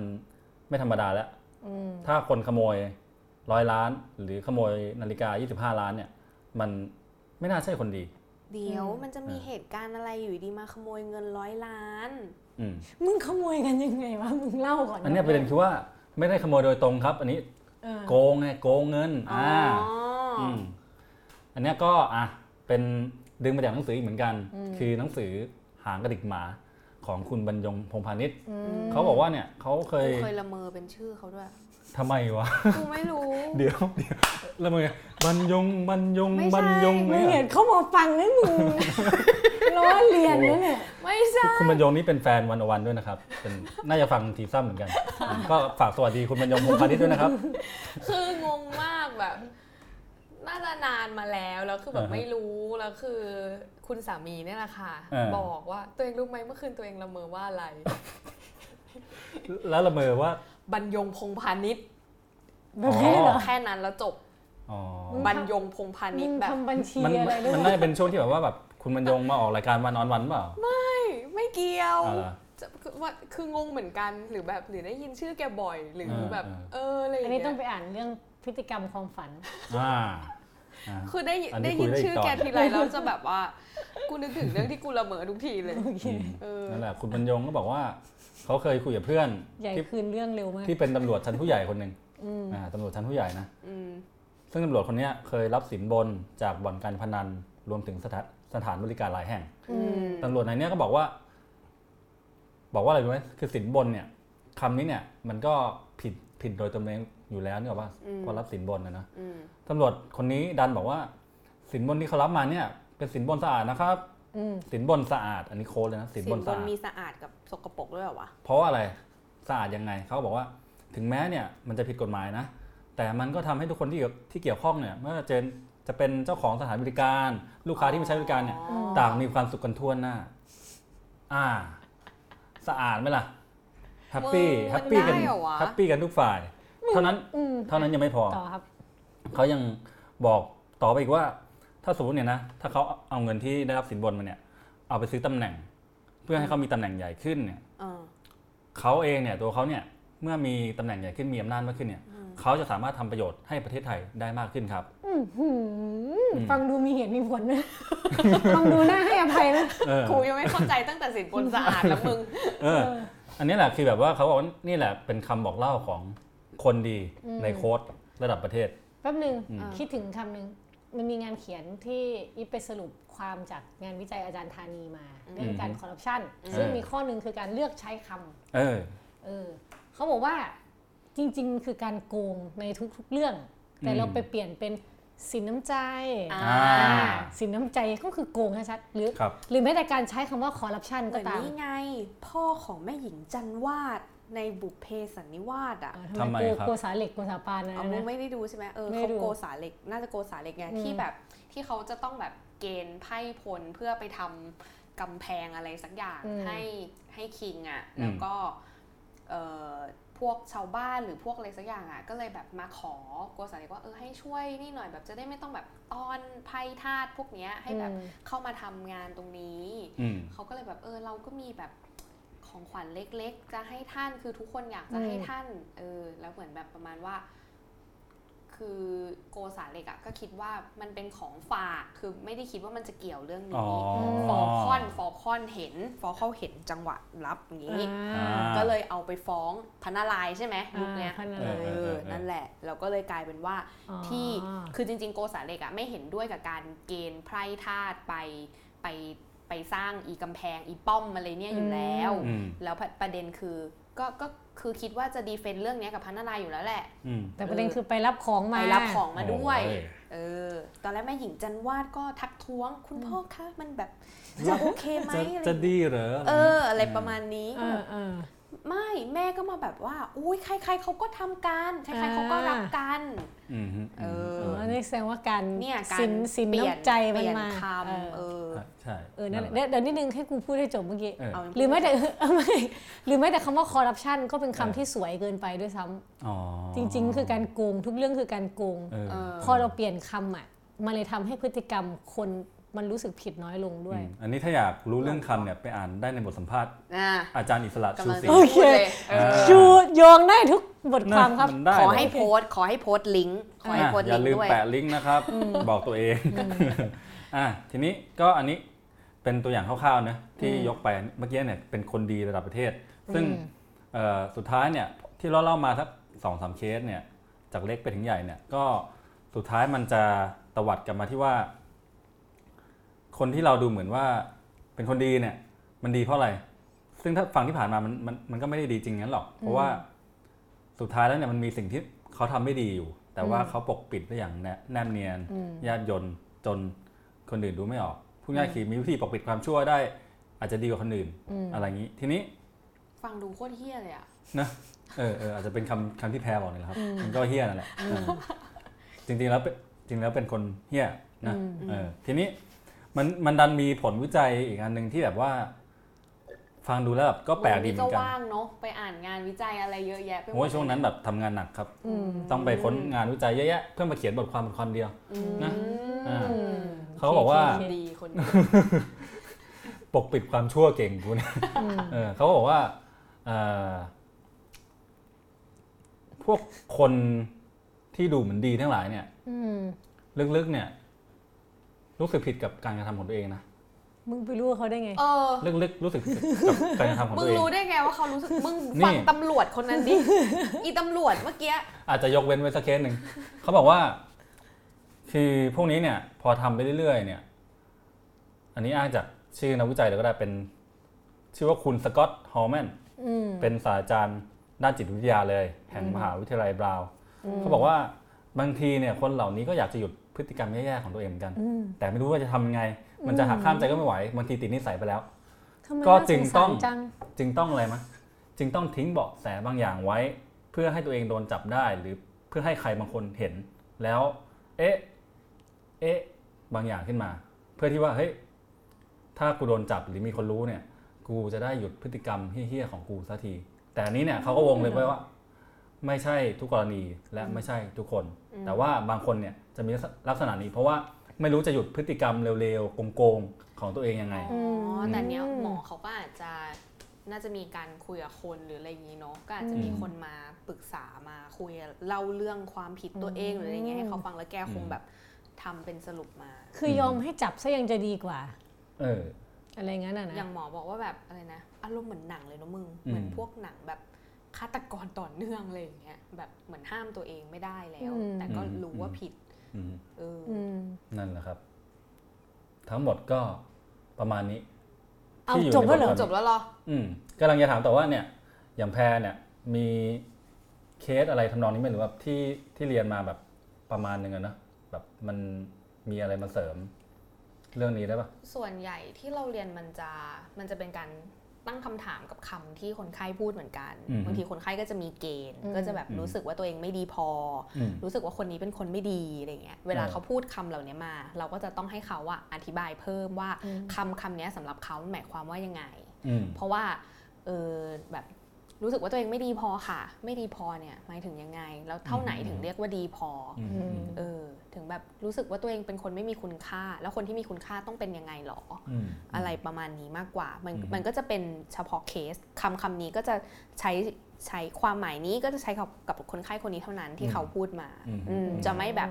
Speaker 1: ไม่ธรรมดาแล้ว
Speaker 4: อืม
Speaker 1: ถ้าคนขโมยร้อยล้าน หรือขโมยนาฬิกา 25 ล้านเนี่ย มันไม่น่าใช่คนดี
Speaker 2: เดี๋ยว
Speaker 4: อืม
Speaker 2: มันจะมี
Speaker 1: เออ
Speaker 2: เหตุการณ์อะไรอยู่ดีมาขโมยเงินร้อยล้าน
Speaker 1: อืม
Speaker 4: มึงขโมยกันยังไงวะ มึงเล่าก่อน
Speaker 1: อันเนี้ยประเด็นคือว่าไม่ได้ขโมยโดยตรงครับ อันนี้
Speaker 4: เออ
Speaker 1: โกงไงโกงเงิน
Speaker 2: อ๋อ
Speaker 1: อ่า อืมอันเนี้ยก็อ่ะเป็นดึงมาจากหนังสืออีกเหมือนกัน คือหนังสือหางกระดิกหมาของคุณบรรยงพงษ์พาณิชย์
Speaker 4: อืม
Speaker 1: เขาบอกว่าเนี่ยเขาเคย
Speaker 2: กูเคยละเมอเป็นชื่อเขาด้วย
Speaker 1: ทำไมวะ
Speaker 2: กูไม่รู้
Speaker 1: เดี๋ยวเดี๋ยวแล้วมึงไงบรรยงบรรยง
Speaker 2: ไม่ใช่
Speaker 1: บรรยง
Speaker 4: มึง
Speaker 1: เนี่
Speaker 4: เห็
Speaker 1: ย
Speaker 4: นเขามาฟังนะมึง ล้อเลียนนะเนี่ย
Speaker 2: ไม่ใช่
Speaker 1: คุณบรรยงนี่เป็นแฟนวันอวันด้วยนะครับเป็นน่าจะฟังทีซ้ำเหมือนกัน ก็ฝากสวัสดีคุณบรรยงพงษ์พาณิชย์ด้วยนะครับ
Speaker 2: คืองงมากแบบ น่าจะนานมาแล้ว แล้วคือแบบ
Speaker 1: อ่าฮะ
Speaker 2: ไม่รู้ แล้วคือ คุณสามีเนี่ยแหละค่ะ
Speaker 1: อ่า
Speaker 2: บอกว่าตัวเองรู้ไหมเมื่อคืนตัวเองละเมอว่าอะไร
Speaker 1: แล้วละเมอว่า
Speaker 2: บรรยงพงษ์พาณิชย์
Speaker 4: แบบนี้เหรอ
Speaker 2: แค่นั้นแล้วจบ
Speaker 1: อ๋อ
Speaker 4: มึง
Speaker 2: บรรยงพงษ์พาณิช
Speaker 4: มึง
Speaker 2: ย์แบบ
Speaker 4: ทำบัญชี
Speaker 1: มัน
Speaker 4: อะไรหรือ
Speaker 1: มันน่า
Speaker 4: เปล่า
Speaker 1: จะเป็นช่วงที่แบบว่าแบบคุณบรรยงมาออกรายการวันออนวันเปล่า
Speaker 2: ไม่เกี่ยว
Speaker 1: เอาล่ะ
Speaker 2: จะคือว่าคืองงเหมือนกันหรือแบบหรือได้ยินชื่อแกบ่อย หรืออา แบบ
Speaker 1: อ่า
Speaker 2: เอออะไรอ
Speaker 4: อั
Speaker 2: ย่าน ง
Speaker 4: นี้
Speaker 2: เงี้
Speaker 4: ต้อง
Speaker 2: ย
Speaker 4: ไปอ่านเรื่องพฤติกรรมความฝัน
Speaker 1: อ่าอ่า
Speaker 2: คือได้ยิน
Speaker 1: อันนี้
Speaker 2: ได้
Speaker 1: คุ
Speaker 2: ยิ
Speaker 1: ย
Speaker 2: น
Speaker 1: ได้อีก
Speaker 2: ชื่อ
Speaker 1: ตอน
Speaker 2: แกทีไรแล้วจะแบบว่า กูนึกถึงเรื่องที่กูละเมอทุกทีเลย
Speaker 4: โอเค
Speaker 2: เออ
Speaker 1: นั่นแหละคุณบรรยงก็บอกว่า เขาเคยคุยกับเพื่อน
Speaker 4: ใหญ่
Speaker 1: ที่
Speaker 4: คืนเรื่องเร็วมาก
Speaker 1: ที่เป็นตำรวจชั้นผู้ใหญ่คนหนึ่ง
Speaker 4: อืม
Speaker 1: อ่าตำรวจชั้นผู้ใหญ่นะ
Speaker 2: อืม
Speaker 1: ซึ่งตำรวจคนเนี้ยเคยรับสินบนจากบ่อนการพนันรวมถึงสถานสถานบริการหลายแห่ง
Speaker 2: อืม
Speaker 1: ตำรวจนายเนี้ยก็บอกว่า บอกว่าอะไรรู้ไหมคือสินบนเนี่ยคำนี้เนี่ย มันก็ผิดผิดโดยตำแหน่งอยู่แล้วเนี่ยว่า
Speaker 2: อืม
Speaker 1: ว่ารับสินบนนะนะ
Speaker 2: อืม
Speaker 1: ตำรวจคนนี้ดันบอกว่า สินบนที่เขารับมาเนี่ย เป็นสินบนสะอาดนะครับ
Speaker 4: อืม
Speaker 1: สินบนสะอาด อันนี้โค้ดเลยนะสิ
Speaker 2: สิ
Speaker 1: น
Speaker 2: น
Speaker 1: บบ น
Speaker 2: น
Speaker 1: สะอาด
Speaker 2: มีสะอาดกับสกปรกด้วยเหรอวะ
Speaker 1: เพราะว่าอะไรสะอาดยังไงเขาบอกว่าถึงแม้เนี่ยมันจะผิดกฎหมายนะ แต่มันก็ทำให้ทุกคนที่เกี่ยวที่เกี่ยวข้องเนี่ยเมื่อเจอ จะเป็นเจ้าของสถานบริการ ลูกค้าที่มาใช้บริการเนี่ย
Speaker 2: อ๋อ
Speaker 1: ต่างมีความสุขกันทั่วหน้า อ่า สะอาดไหมล่ะ แฮปปี้
Speaker 2: มึง
Speaker 1: แฮปปี้
Speaker 2: มัน
Speaker 1: กัน
Speaker 2: ได้เหรอวะ
Speaker 1: แฮปปี้กันทุกฝ่าย เท่านั้น
Speaker 4: อืม
Speaker 1: เท่านั้นยังไม่พอ
Speaker 4: ต่อครับ
Speaker 1: เขายังบอกต่อไปอีกว่า ถ้าสมมติเนี่ยนะ ถ้าเขาเอาเงินที่ได้รับสินบนมาเนี่ย เอาไปซื้อตำแหน่ง เพื่อให้เขามีตำแหน่งใหญ่ขึ้นเนี่ย
Speaker 2: เออ
Speaker 1: เขาเองเนี่ยตัวเขาเนี่ย เมื่อมีตำแหน่งใหญ่ขึ้น มีอำนาจมากขึ้นเนี่ย เขาจะสามารถทำประโยชน์ให้ประเทศไทยได้มากขึ้นครับ
Speaker 4: อื้อหือฟังดูมีเหตุมีผลนะ ฟังดูน่าให้อภัยนะ
Speaker 1: เออ
Speaker 2: ครูยังไม่เข้าใจตั้งแต่สินบนสะอาดแล้วมึง
Speaker 1: เออ อันนี้แหละคือแบบว่าเขาบอกว่านี่แหละเป็นคำบอกเล่าของคนดี
Speaker 4: อืม
Speaker 1: ในโค้ดระดับประเทศ
Speaker 4: แป๊บหนึ่ง
Speaker 1: อืม
Speaker 4: คิดถึงคำหนึ่งมันมีงานเขียนที่อีฟไปสรุปความจากงานวิจัยอาจารย์ธานีมา เรื่องการคอร์รัปชันซึ่งมีข้อหนึ่งคือการเลือกใช้คำ
Speaker 1: เออ
Speaker 4: เออเขาบอกว่าจริงๆ คือการโกงในทุกๆเรื่อง แต่
Speaker 1: อืม
Speaker 4: เราไปเปลี่ยนเป็นสินน้ำใจ
Speaker 2: อ่า
Speaker 1: อ่า
Speaker 4: สินน้ำใจก็คือโกงชัดๆหรือ
Speaker 1: ครับ
Speaker 4: หรือแม้แต่การใช้คำว่าคอร์รัปชัน
Speaker 2: เหมื
Speaker 4: ก็
Speaker 2: อน
Speaker 4: ตาม
Speaker 2: นี่ไง พ่อของแม่หญิงจันวาดในบุพเพสันนิวาสอ่ะ
Speaker 4: เออทำ
Speaker 1: ทำ
Speaker 4: ไม
Speaker 1: ไม
Speaker 4: โก
Speaker 1: ครับ
Speaker 4: โกสาเหล็กโกสาปานนะ
Speaker 2: เอามึ
Speaker 4: นะ
Speaker 2: งไม่ได้ดูใช่ไหมเออ
Speaker 4: ไม่
Speaker 2: เขา
Speaker 4: ดู
Speaker 2: โกสาเหล็ก น่าจะโกสาเหล็กไง
Speaker 4: อืม
Speaker 2: ที่แบบที่เขาจะต้องแบบเกณฑ์ไพ่พลเพื่อไปทำกำแพงอะไรสักอย่างให้ให้คิงอ่ะแล้วก็เออพวกชาวบ้านหรือพวกอะไรสักอย่างอ่ะก็เลยแบบมาขอโกสาเหล็กว่าเออให้ช่วยนี่หน่อยแบบจะได้ไม่ต้องแบบต้อนไพ่ทาสพวกเนี้ยให้แบบ
Speaker 4: อืม
Speaker 2: เข้ามาทำงานตรงนี้
Speaker 1: อืม
Speaker 2: เขาก็เลยแบบเออเราก็มีแบบของขวัญเล็ก ๆ จะให้ท่านคือทุกคนอยากจะ
Speaker 4: อืม
Speaker 2: ให้ท่านเออแล้วเหมือนแบบประมาณว่า คือโกสาเหล็กอะก็คิดว่ามันเป็นของฝากคือไม่ได้คิดว่ามันจะเกี่ยวเรื่อง
Speaker 1: อ๋อ
Speaker 2: นี้ฟอคอนฟอคอนเห็นฟอคอนเห็นจังหวะรับอย่างนี้
Speaker 1: อ่า
Speaker 2: ก็เลยเอาไปฟ้องพระนารายณ์ใช่ไหมยุคเนี้ย
Speaker 4: อ่าพระนารายณ์
Speaker 2: เออนั่นแหละแล้วก็เลยกลายเป็นว่า
Speaker 4: อ๋อ
Speaker 2: ที่คือจริงๆ โกสาเหล็กอะไม่เห็นด้วยกับการเกณฑ์ไพร่ทาสไปไปไปสร้างอีกำแพงอีป้อมอะไรเนี่ยอยู่แล้ว
Speaker 1: อืม
Speaker 2: แล้วประประเด็นคือก็ก็คือคิดว่าจะดีเฟนต์เรื่องเนี้ยกับพันนารายณ์อยู่แล้วแหละ
Speaker 1: อืม
Speaker 4: แต่ประเด็นคือไปรับของมา
Speaker 2: ไปรับของมาด้วย
Speaker 1: โอ้ย
Speaker 2: เออ ตอนแรกแม่หญิงจันวาดก็ทักท้วงคุณพ่อคะมันแบบจะโอเคไหม
Speaker 1: จะ
Speaker 2: อะไร
Speaker 1: จะดีเหรอ
Speaker 2: เออ อะไรประมาณนี้
Speaker 4: เอ
Speaker 2: ก็แบ
Speaker 4: อบ เออ
Speaker 2: ไม่แม่ก็มาแบบว่า อุ้ยใคร ๆเขาก็ทำกันใครๆเขาก็รักกัน
Speaker 1: อืมฮึ
Speaker 2: เออ
Speaker 1: ม
Speaker 4: อันนี้แสดงว่าการ
Speaker 2: เนี่ยการ
Speaker 4: สินสิน
Speaker 2: เปลี่ยน
Speaker 4: น้ำใจ
Speaker 2: เป
Speaker 4: มัน
Speaker 2: ลี่ยน
Speaker 4: มา
Speaker 2: ค
Speaker 4: เออ
Speaker 2: ำเออ
Speaker 1: ใช่ใช่
Speaker 4: เออนั่นแหละเดี๋ยวเดี๋ยวนิดนึงให้กูพูดให้จบเมื่อกี้
Speaker 1: เออ
Speaker 2: เอา
Speaker 4: หรือไม่แต่ [laughs] เออไม่หรือไม่แต่คำว่าคอร์รัปชันก็เป็นคำ
Speaker 1: เออ
Speaker 4: ที่สวยเกินไปด้วยซ้ำ
Speaker 1: อ๋อ
Speaker 4: จริง ๆ คือการโกงทุกเรื่องคือการโกง
Speaker 1: เออ
Speaker 2: เออ
Speaker 4: พอเราเปลี่ยนคำอ่ะมันเลยทำให้พฤติกรรมคนมันรู้สึกผิดน้อยลงด้วย
Speaker 1: อืมอันนี้ถ้าอยากรู้เรื่องคำเนี่ยไปอ่านได้ในบทสัมภาษณ์
Speaker 2: อ่า
Speaker 1: อาจารย์อิสระ
Speaker 2: กำ
Speaker 1: ชู
Speaker 2: ลัง
Speaker 1: ศรี
Speaker 2: จะพูดเลยเออ
Speaker 1: เออ
Speaker 4: ชูโยงได้ทุกบทความครับ
Speaker 1: นะนได้
Speaker 2: ขอ
Speaker 1: เร
Speaker 2: ให้โพสต์ขอให้โพสต์ลิงก์ขอให้
Speaker 1: อ่ะ
Speaker 2: โพสต์
Speaker 1: อ
Speaker 2: ลิ
Speaker 1: ย่างลื
Speaker 2: ก์
Speaker 1: ม
Speaker 2: ด้วย
Speaker 1: แปะลิงก์นะครับ บอกตัวเองอ่ะทีนี้ก็อันนี้เป็นตัวอย่างคร่าวๆนะที่ยกไปเมื่อกี้เนี่ยเป็นคนดีระดับประเทศ ซึ่ง
Speaker 4: อืม
Speaker 1: เอ่อสุดท้ายเนี่ยที่เราเล่ามาสักสองสามเคสเนี่ยจากเล็กไปถึงใหญ่เนี่ยก็สุดท้ายมันจะตวัดกลับมาที่ว่า คนที่เราดูเหมือนว่าเป็นคนดีเนี่ยมันดีเพราะอะไร ซึ่งถ้าฟังที่ผ่านมามันมันมันก็ไม่ได้ดีจริงงั้นหรอก เพราะว่าสุดท้ายแล้วเนี่ยมันมีสิ่งที่เขาทำไม่ดีอยู่ แต่ว่าเขาปกปิดได้อย่างแนแนบเนียนญาติยนต์จนคนอื่นดูไม่ออกพูดง่ายๆคือมีวิธีปกปิดความชั่วได้ อาจจะดีกว่าคนอื่น อะไรอย่างนี้ ทีนี้
Speaker 2: ฟังดูโคตรเฮี้ยเลยอ่ะ
Speaker 1: นะเออเอออาจจะเป็นคำคำที่แพรบอกนี่แหละครับ มันก็เฮี้ยนั่นแหละเออจริงๆแล้วเป็นจริงๆแล้วเป็นคนเฮี้ยนะเออทีนี้มันมันดันมีผลวิจัยอีกอันหนึ่งที่แบบว่า ฟังดูแล้วแบบก็แปลกดีเหมื
Speaker 2: ก็
Speaker 1: อนกัน
Speaker 2: ว่างเนาะไปอ่านงานวิจัยอะไรเยอะแยะไปหมด
Speaker 1: โอ้ยช่วงนั้นแบบทำงานหนักครับ ต้องไปค้นงานวิจัยเยอะแยะเพื่อมาเขียนบทความบทความเดียว
Speaker 2: อืม
Speaker 1: นะ อ่า
Speaker 2: อืม
Speaker 1: เขาบอกว่า
Speaker 2: คนดีคนดี
Speaker 1: ปกปิดความชั่วเก่งคุณเออเขาบอกว่าเอ่อพวกคนที่ดูเหมือนดีทั้งหลายเนี่ย
Speaker 4: อืม
Speaker 1: ลึกๆเนี่ย รู้สึกผิดกับการกระทำของตัวเองนะ
Speaker 4: มึงไปรู้เขาได้ไง
Speaker 2: เออ
Speaker 1: ลึกๆรู้สึกผิดกับการกระทำของ
Speaker 2: มึ
Speaker 1: ตั
Speaker 2: ง
Speaker 1: วเอง
Speaker 2: รู้ได้ไงว่าเขารู้สึก มึง
Speaker 1: นี่
Speaker 2: ฟังตำรวจคนนั้นดิ
Speaker 1: [laughs]
Speaker 2: อีตำรวจเมื่อกี้
Speaker 1: อาจจะยกเว้นไว้สักเคสหนึ่ง [laughs] เขาบอกว่า คือพวกนี้เนี่ย พอทำไปเรื่อยๆเนี่ย อันนี้อ้างจากชื่อนักวิจัยเลยก็ได้เป็น ชื่อว่าคุณสกอตต์ฮอลแมน
Speaker 4: อืม
Speaker 1: เป็นศาสตราจารย์ด้านจิตวิทยาเลย แห่งมหาวิทยาลัยบราวน์เขาบอกว่าบางทีเนี่ย คนเหล่านี้ก็อยากจะหยุดพฤติกรรมแย่ๆของตัวเองเหมือนกัน
Speaker 4: อืม
Speaker 1: แต่ไม่รู้ว่าจะทำยังไง มันจะหักข้ามใจก็ไม่ไหวบางทีติดนิสัยไปแล้ว
Speaker 4: ทำไม
Speaker 1: ก็
Speaker 4: น่าส
Speaker 1: จึงต้อง
Speaker 4: สารจัง
Speaker 1: จึงต้องอะไรมะ จึงต้องทิ้งเบาะแสบางอย่างไว้ เพื่อให้ตัวเองโดนจับได้หรือเพื่อให้ใครบางคนเห็น แล้ว เอ๊ะ เอ เอ๊ะบางอย่างขึ้นมา เพื่อที่ว่าเฮ้ยถ้ากูโดนจับหรือมีคนรู้เนี่ย กูจะได้หยุดพฤติกรรมเฮี้ยๆของกูสักที แต่อันนี้เนี่ยเขาก็วงเลยไว้ว่า ไม่ใช่ทุกกรณีและไม่ใช่ทุกคน
Speaker 2: อืม
Speaker 1: แต่ว่าบางคนเนี่ยจะมีลักษณะนี้ เพราะว่าไม่รู้จะหยุดพฤติกรรมเร็วๆโกงๆของตัวเองยังไง
Speaker 2: อ๋อแต่เนี้ย
Speaker 4: อืม
Speaker 2: หมอเขาก็อาจจะน่าจะมีการคุยกับคนหรืออะไรอย่างนี้เนาะก็อาจจะมี
Speaker 1: อืม
Speaker 2: คนมาปรึกษามาคุยเล่าเรื่องความผิดตัวเองหรืออะไรเงี้ยให้เขาฟังแล้วแกคง
Speaker 1: อืม
Speaker 2: แบบทำเป็นสรุปมา
Speaker 4: คือยอมให้จับซะยังจะดีกว่า
Speaker 1: เออ
Speaker 4: อะไรงั้นน่ะนะ
Speaker 2: อย่างหมอบอกว่าแบบอะไรนะอารมณ์เหมือนหนังเลยเนอะมึง เหมือน
Speaker 1: อืม
Speaker 2: พวกหนังแบบฆาตกรต่อเนื่องอะไรอย่างเงี้ยแบบเหมือนห้ามตัวเองไม่ได้แล้ว
Speaker 4: อืม
Speaker 2: แต่ก็รู้ว่าผิด
Speaker 1: อืม
Speaker 2: เอออ
Speaker 4: อืม
Speaker 1: นั่นแหละครับ ทั้งหมดก็ประมาณนี้
Speaker 4: เอา
Speaker 1: ที่อยู่
Speaker 4: จบแล้วเหรอ
Speaker 1: ในบท
Speaker 2: จบแล้วเหรอ
Speaker 1: อืมกำลังจะถามต่อว่าเนี่ย อย่างแพรเนี่ย มีเคสอะไรทำนองนี้ไหมหรือว่าที่ที่เรียนมาแบบประมาณหนึ่งอะเนอะแบบมันมีอะไรมาเสริม เรื่องนี้ได้ปะ
Speaker 2: ส่วนใหญ่ที่เราเรียนมันจะมันจะเป็นการตั้งคำถามกับคำที่คนไข้พูดเหมือนกัน
Speaker 1: อืม
Speaker 2: บางทีคนไข้ก็จะมีเกณฑ์ ก็จะแบบ
Speaker 1: อืม
Speaker 2: รู้สึกว่าตัวเองไม่ดีพอ
Speaker 1: อืม
Speaker 2: รู้สึกว่าคนนี้เป็นคนไม่ดีอะไรเงี้ยเวลา
Speaker 1: เออ
Speaker 2: เขาพูดคำเหล่านี้มา เราก็จะต้องให้เขาอะอธิบายเพิ่มว่าคำคำเนี้ยสำหรับเขามันหมายความว่ายังไง
Speaker 1: อืม
Speaker 2: เพราะว่าเออแบบรู้สึกว่าตัวเองไม่ดีพอค่ะ ไม่ดีพอเนี่ยหมายถึงยังไง แล้วเท่าไหน
Speaker 1: อืม
Speaker 2: ถึงเรียกว่าดีพออ
Speaker 1: อืมอืม
Speaker 2: เออถึงแบบรู้สึกว่าตัวเองเป็นคนไม่มีคุณค่า แล้วคนที่มีคุณค่าต้องเป็นยังไงหรอ
Speaker 1: อืม
Speaker 2: อะไรประมาณนี้มากกว่า มัน
Speaker 1: อืม
Speaker 2: มันก็จะเป็นเฉพาะเคสคำคำนี้ก็จะใช้ใช้ความหมายนี้ก็จะใช้กับกับคนไข้คนนี้เท่านั้นที่เขาพูดมา
Speaker 1: อืม
Speaker 2: อืมจะไม่แบบ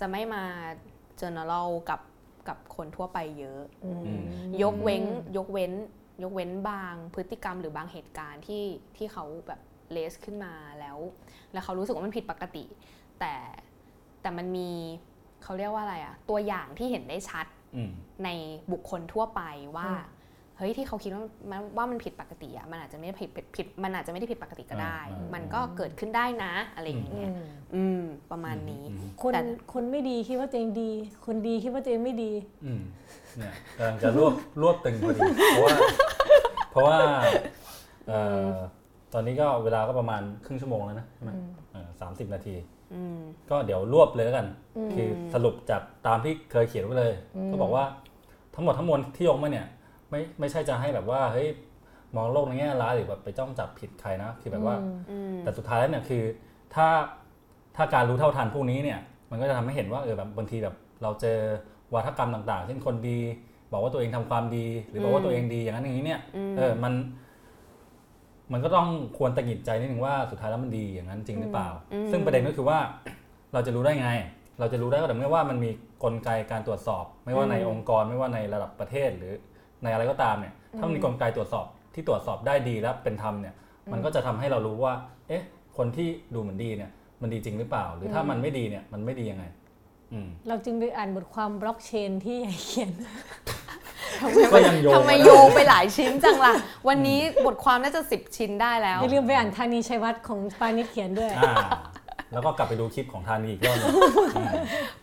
Speaker 2: จะไม่มา general กับกับคนทั่วไปเยอะ
Speaker 4: อืม
Speaker 2: ยกเว้น
Speaker 4: อืม
Speaker 2: ยกเว้น ยกเว้นบางพฤติกรรมหรือบางเหตุการณ์ที่ที่เขาแบบเลสขึ้นมาแล้ว แล้วเขารู้สึกว่ามันผิดปกติ แต่แต่มันมีเขาเรียกว่าอะไรอะตัวอย่างที่เห็นได้ชัด
Speaker 1: อืม
Speaker 2: ในบุคคลทั่วไปว่า
Speaker 4: อืม
Speaker 2: เฮ้ยที่เขาคิดว่ามันว่ามันผิดปกติอะมันอาจจะไม่ได้ผิดผิดผิดมันอาจจะไม่ได้ผิดปกติก็ได้
Speaker 1: อ่าอ่า
Speaker 2: มันก็เกิดขึ้นได้นะอะไรอย่าง
Speaker 4: อื
Speaker 2: เงี้ย
Speaker 4: ม
Speaker 2: อืมประมาณนี้
Speaker 4: คน
Speaker 2: แต่
Speaker 4: คนไม่ดีคิดว่าตัวเองดี คนดีคิดว่าตัวเองไม่ดี
Speaker 1: อืมเนี่ยกำลังจะรวบรวบตึงพอดีเพราะว่า เพราะว่าเอ่อตอนนี้ก็เวลาก็ประมาณครึ่งชั่วโมงแล้วนะใช่ไหมสามสิบนาที
Speaker 2: อืม
Speaker 1: ก็เดี๋ยวรวบเลยแล้วกัน
Speaker 4: อืม
Speaker 1: คือสรุปจากตามที่เคยเขียนไว้เลย ก็บอกว่าทั้งหมดทั้งมวลที่ยกมาเนี่ย ไม่ไม่ใช่จะให้แบบว่าเฮ้ยมองโลกในแง่ร้ายหรือแบบไปจ้องจับผิดใครนะคือแบบว่า
Speaker 2: อืม
Speaker 1: แต่สุดท้ายแล้วเนี่ยคือถ้าถ้าการรู้เท่าทันพวกนี้เนี่ย มันก็จะทำให้เห็นว่าเออแบบบางทีแบบเราเจอวาทกรรมต่างๆ เช่นคนดี บอกว่าตัวเองทำความดี หรือบอกว่าตัวเองดีอย่างนั้นอย่างนี้เนี่ย
Speaker 2: อืม
Speaker 1: เออมัน มันก็ต้องควรตะหงิดใจนิดนึงว่าสุดท้ายแล้วมันดีอย่างนั้นจริงหรือเปล่า ซึ่งประเด็นก็คือว่า เราจะรู้ได้ไง เราจะรู้ได้ก็แต่เมื่อว่ามันมีกลไกการตรวจสอบ ไม่ว่าในองค์กรไม่ว่าในระดับประเทศหรือในอะไรก็ตามเนี่ย ถ้ามันมีกลไกตรวจสอบที่ตรวจสอบได้ดีและเป็นธรรมเนี่ย มันก็จะทำให้เรารู้ว่า เอ๊ะ คนที่ดูเหมือนดีเนี่ย มันดีจริงหรือเปล่า หรือถ้ามันไม่ดีเนี่ย มันไม่ดียังไง อืม
Speaker 4: เราจึงไปอ่านบทความบล็อกเชนที่ใหญ่เขียน
Speaker 1: ก็ยังโยง
Speaker 2: ทำไม
Speaker 1: มาได้
Speaker 2: โยงไปหลายชิ้นจังล่ะ วันนี้บทความน่าจะสิบชิ้นได้แล้ว
Speaker 4: อย่าลืมไปอ่านธานีชัยวัฒน์ของปานิชเขียนด้วย
Speaker 1: อ่า แล้วก็กลับไปดูคลิปของทานีอีกรอบ
Speaker 2: [laughs]
Speaker 1: หนึงอืม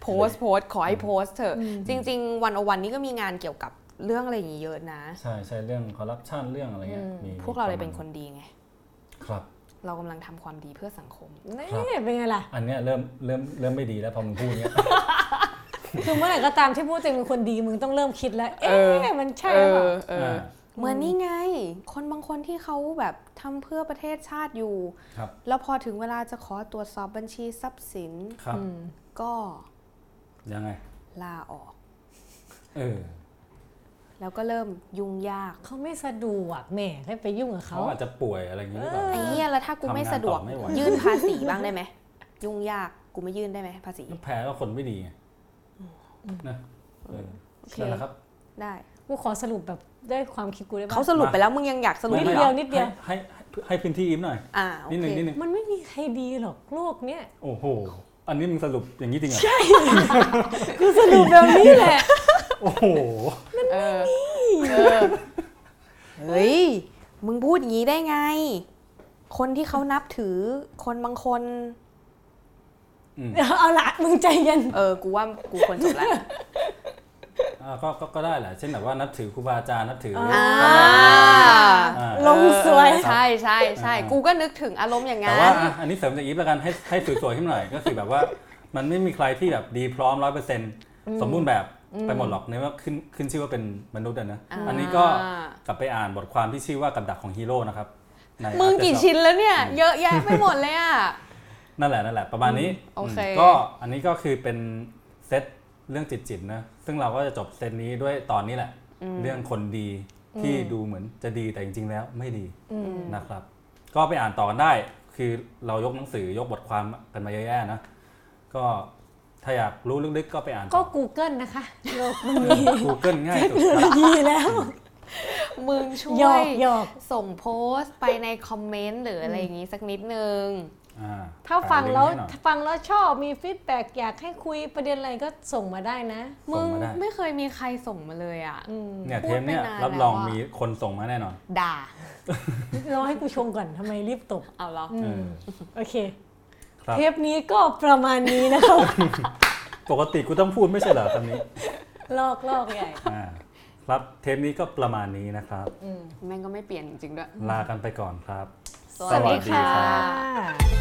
Speaker 2: โพสต์โพสต์ขอให้โพสต์เถอะ จริง ๆ วันอวันนี้ก็มีงานเกี่ยวกับเรื่องอะไรอย่างนี้เยอะนะ
Speaker 1: ใช่ใช่เรื่องคอร์รัปชันเรื่องอะไรเงี้ยมี
Speaker 2: พวกเราเลยเป็นคนดีไง
Speaker 1: ครับ
Speaker 2: เรากำลังทำความดีเพื่อสังคม
Speaker 4: นี่เป็นไงล่ะ
Speaker 1: อันเนี้ยเริ่มเริ่มเริ่มไม่ดีแล้วพอมึงพูดเนี้ย
Speaker 4: คือเมื่อไหร่ก็ตามที่พูดตัวเองเป็นคนดีมึงต้องเริ่มคิดแล้ว เอ๊
Speaker 2: เออ
Speaker 4: ะมันใช่หรือเปล่า
Speaker 2: เออ เหมือนนี่ไง คนบางคนที่เขาแบบทำเพื่อประเทศชาติอยู่
Speaker 1: ครับ
Speaker 2: แล้วพอถึงเวลาจะขอตรวจสอบบัญชีทรัพย์สิน
Speaker 1: ครับ
Speaker 2: ก็
Speaker 1: ยังไง
Speaker 2: ลาออก
Speaker 1: เออ
Speaker 2: แล้วก็เริ่มยุ่งยาก
Speaker 4: เขาไม่สะดวกแหม่ให้ไปยุ่งกับ
Speaker 1: เขา
Speaker 4: เขา
Speaker 1: อาจจะป่วยอะไรอย่างงี้หรือเปล่า
Speaker 2: ไอ้เหี้ยแล้วถ้ากูไม่สะดวก
Speaker 1: ทำงานต่อไม่ไหว
Speaker 2: ยื่นภาษีบ้างได้ไหม ยุ่งยากกูไม่ยื่นได้ไหมภาษี
Speaker 1: ก็แพ้ก็คนไม่ดีไงนะเออนั่นแหละครับ
Speaker 2: ได้
Speaker 4: กูขอสรุปแบบได้ความคิดกูได้ปะ
Speaker 2: เขาสรุปไปแล้วมึงยังอยากสรุป
Speaker 4: นิด
Speaker 2: อีกเห
Speaker 4: เดี
Speaker 2: ร
Speaker 4: ยว
Speaker 2: อ
Speaker 4: นิดเดียว
Speaker 1: ให้ให้ให้พื้นที่อีฟหน่อย
Speaker 2: อ่าโอ
Speaker 1: นิดหนึ่ง
Speaker 2: เค
Speaker 1: นิดหนึ่ง
Speaker 4: มันไม่มีใครดีหรอกโลกเนี้ย
Speaker 1: โอ้โห อันนี้มึงสรุปอย่างนี้จริงเหรอ
Speaker 4: กูสรุปแบบนี้ [laughs] แหละ
Speaker 1: โอ้โห
Speaker 2: เออเออเฮ้ย มึงพูดอย่างนี้ได้ไง คนที่เขานับถือคนบางคน
Speaker 1: อืม
Speaker 4: เอาละมึงใจเย็น
Speaker 2: เออ กูว่ากูควรจบแล้ว
Speaker 1: อ่าก็ก็ก็ได้แหละ เช่นแบบว่านับถือครูบาอาจารย์นับถือ
Speaker 4: อ่า
Speaker 1: อ่า
Speaker 4: ลงสวย
Speaker 2: ใช่ใช่ใช่
Speaker 1: อ่า
Speaker 2: กูก็นึกถึงอารมณ์อย่าง
Speaker 1: แต่
Speaker 2: งั้
Speaker 1: ว่าน อ่ะอันนี้เสริมจากอีฟแล้วกันให้ให้สวยๆขึ้นหน่อย ก็คือแบบว่า มันไม่มีใครที่แบบดีพร้อมร้อยเปอร์เซ็นต์
Speaker 4: อืม
Speaker 1: สมบูรณ์แบบ
Speaker 4: อืม
Speaker 1: ไปหมดหรอกในว่าขึ้นขึ้นชื่อว่าเป็นมนุษย์อะนะ
Speaker 2: อ่า
Speaker 1: อันนี้ก็กลับไปอ่านบทความที่ชื่อว่ากับดักของฮีโร่นะครับใน
Speaker 2: มึง
Speaker 1: Art
Speaker 2: กี่
Speaker 1: Desk
Speaker 2: ชิ้นแล้วเนี่ย เยอะแยะไปหมดเลยอ่ะ
Speaker 1: นั่นแหละนั่นแหละประมาณนี้
Speaker 2: โอเค
Speaker 1: อืมก็อันนี้ก็คือเป็นเซตเรื่องจิตจิตๆนะซึ่งเราก็จะจบเซตนี้ด้วยตอนนี้แหละ เรื่องคนดีที่ดูเหมือนจะดีแต่จริง ๆ แล้วไม่ดี
Speaker 4: อืม
Speaker 1: นะครับ ก็ไปอ่านต่อกันได้ คือเรายกหนังสือยกบทความกันมาเยอะแยะนะก็ถ้าอยากรู้ลึกๆก็ไปอ่าน
Speaker 4: ก็
Speaker 1: ต่อ
Speaker 4: Google นะคะโลกมันมี
Speaker 1: [laughs] Google ง่ายสุดค
Speaker 4: เทคโนโล
Speaker 1: รับ
Speaker 4: ยีแล้ว
Speaker 2: มึงช่
Speaker 4: หยว อก
Speaker 2: ย
Speaker 4: หยอก
Speaker 2: ส่งโพสต์ไปในคอมเมนต์หรืออะไรอย่างนี้สักนิดนึง
Speaker 1: อ่
Speaker 4: ถ้าฟังแล้ว
Speaker 1: ฝากลิงก์ให้หน่อย
Speaker 4: ฟังแล้วชอบมีฟีดแบ็กอยากให้คุยประเด็นอะไรก็ส่งมาได้นะ
Speaker 1: ส่
Speaker 2: มึง
Speaker 1: งมาได้
Speaker 2: ไม่เคยมีใครส่งมาเลยอ่ะ
Speaker 4: อืม
Speaker 1: เนี่ย
Speaker 2: พู
Speaker 1: เท
Speaker 2: ด
Speaker 1: ป
Speaker 2: ไป
Speaker 1: เนี้ย
Speaker 2: นาน
Speaker 1: รับ
Speaker 2: แล้ว
Speaker 1: รอง
Speaker 2: อะ
Speaker 1: มีคนส่งมาแน่นอน
Speaker 2: ด่า
Speaker 4: รอให้กูชงก่อนทำไมรีบตก
Speaker 2: เอาเหรอ
Speaker 4: อื
Speaker 1: เอ
Speaker 4: ม
Speaker 1: อ
Speaker 4: โอเค
Speaker 1: ครับ
Speaker 4: เทปนี้ก็ประมาณนี้นะครับ
Speaker 1: ปกติกูต้องพูดไม่ใช่เหรอคำนี้
Speaker 4: ลอกลอกใหญ่
Speaker 1: อ่าครับเทปนี้ก็ประมาณนี้นะครับ
Speaker 4: อืม
Speaker 2: แม่งก็ไม่เปลี่ยนจริงๆด้วย
Speaker 1: ลากันไปก่อนครับ
Speaker 2: สวัสดีค่ะ
Speaker 4: สวัสดีค่ะ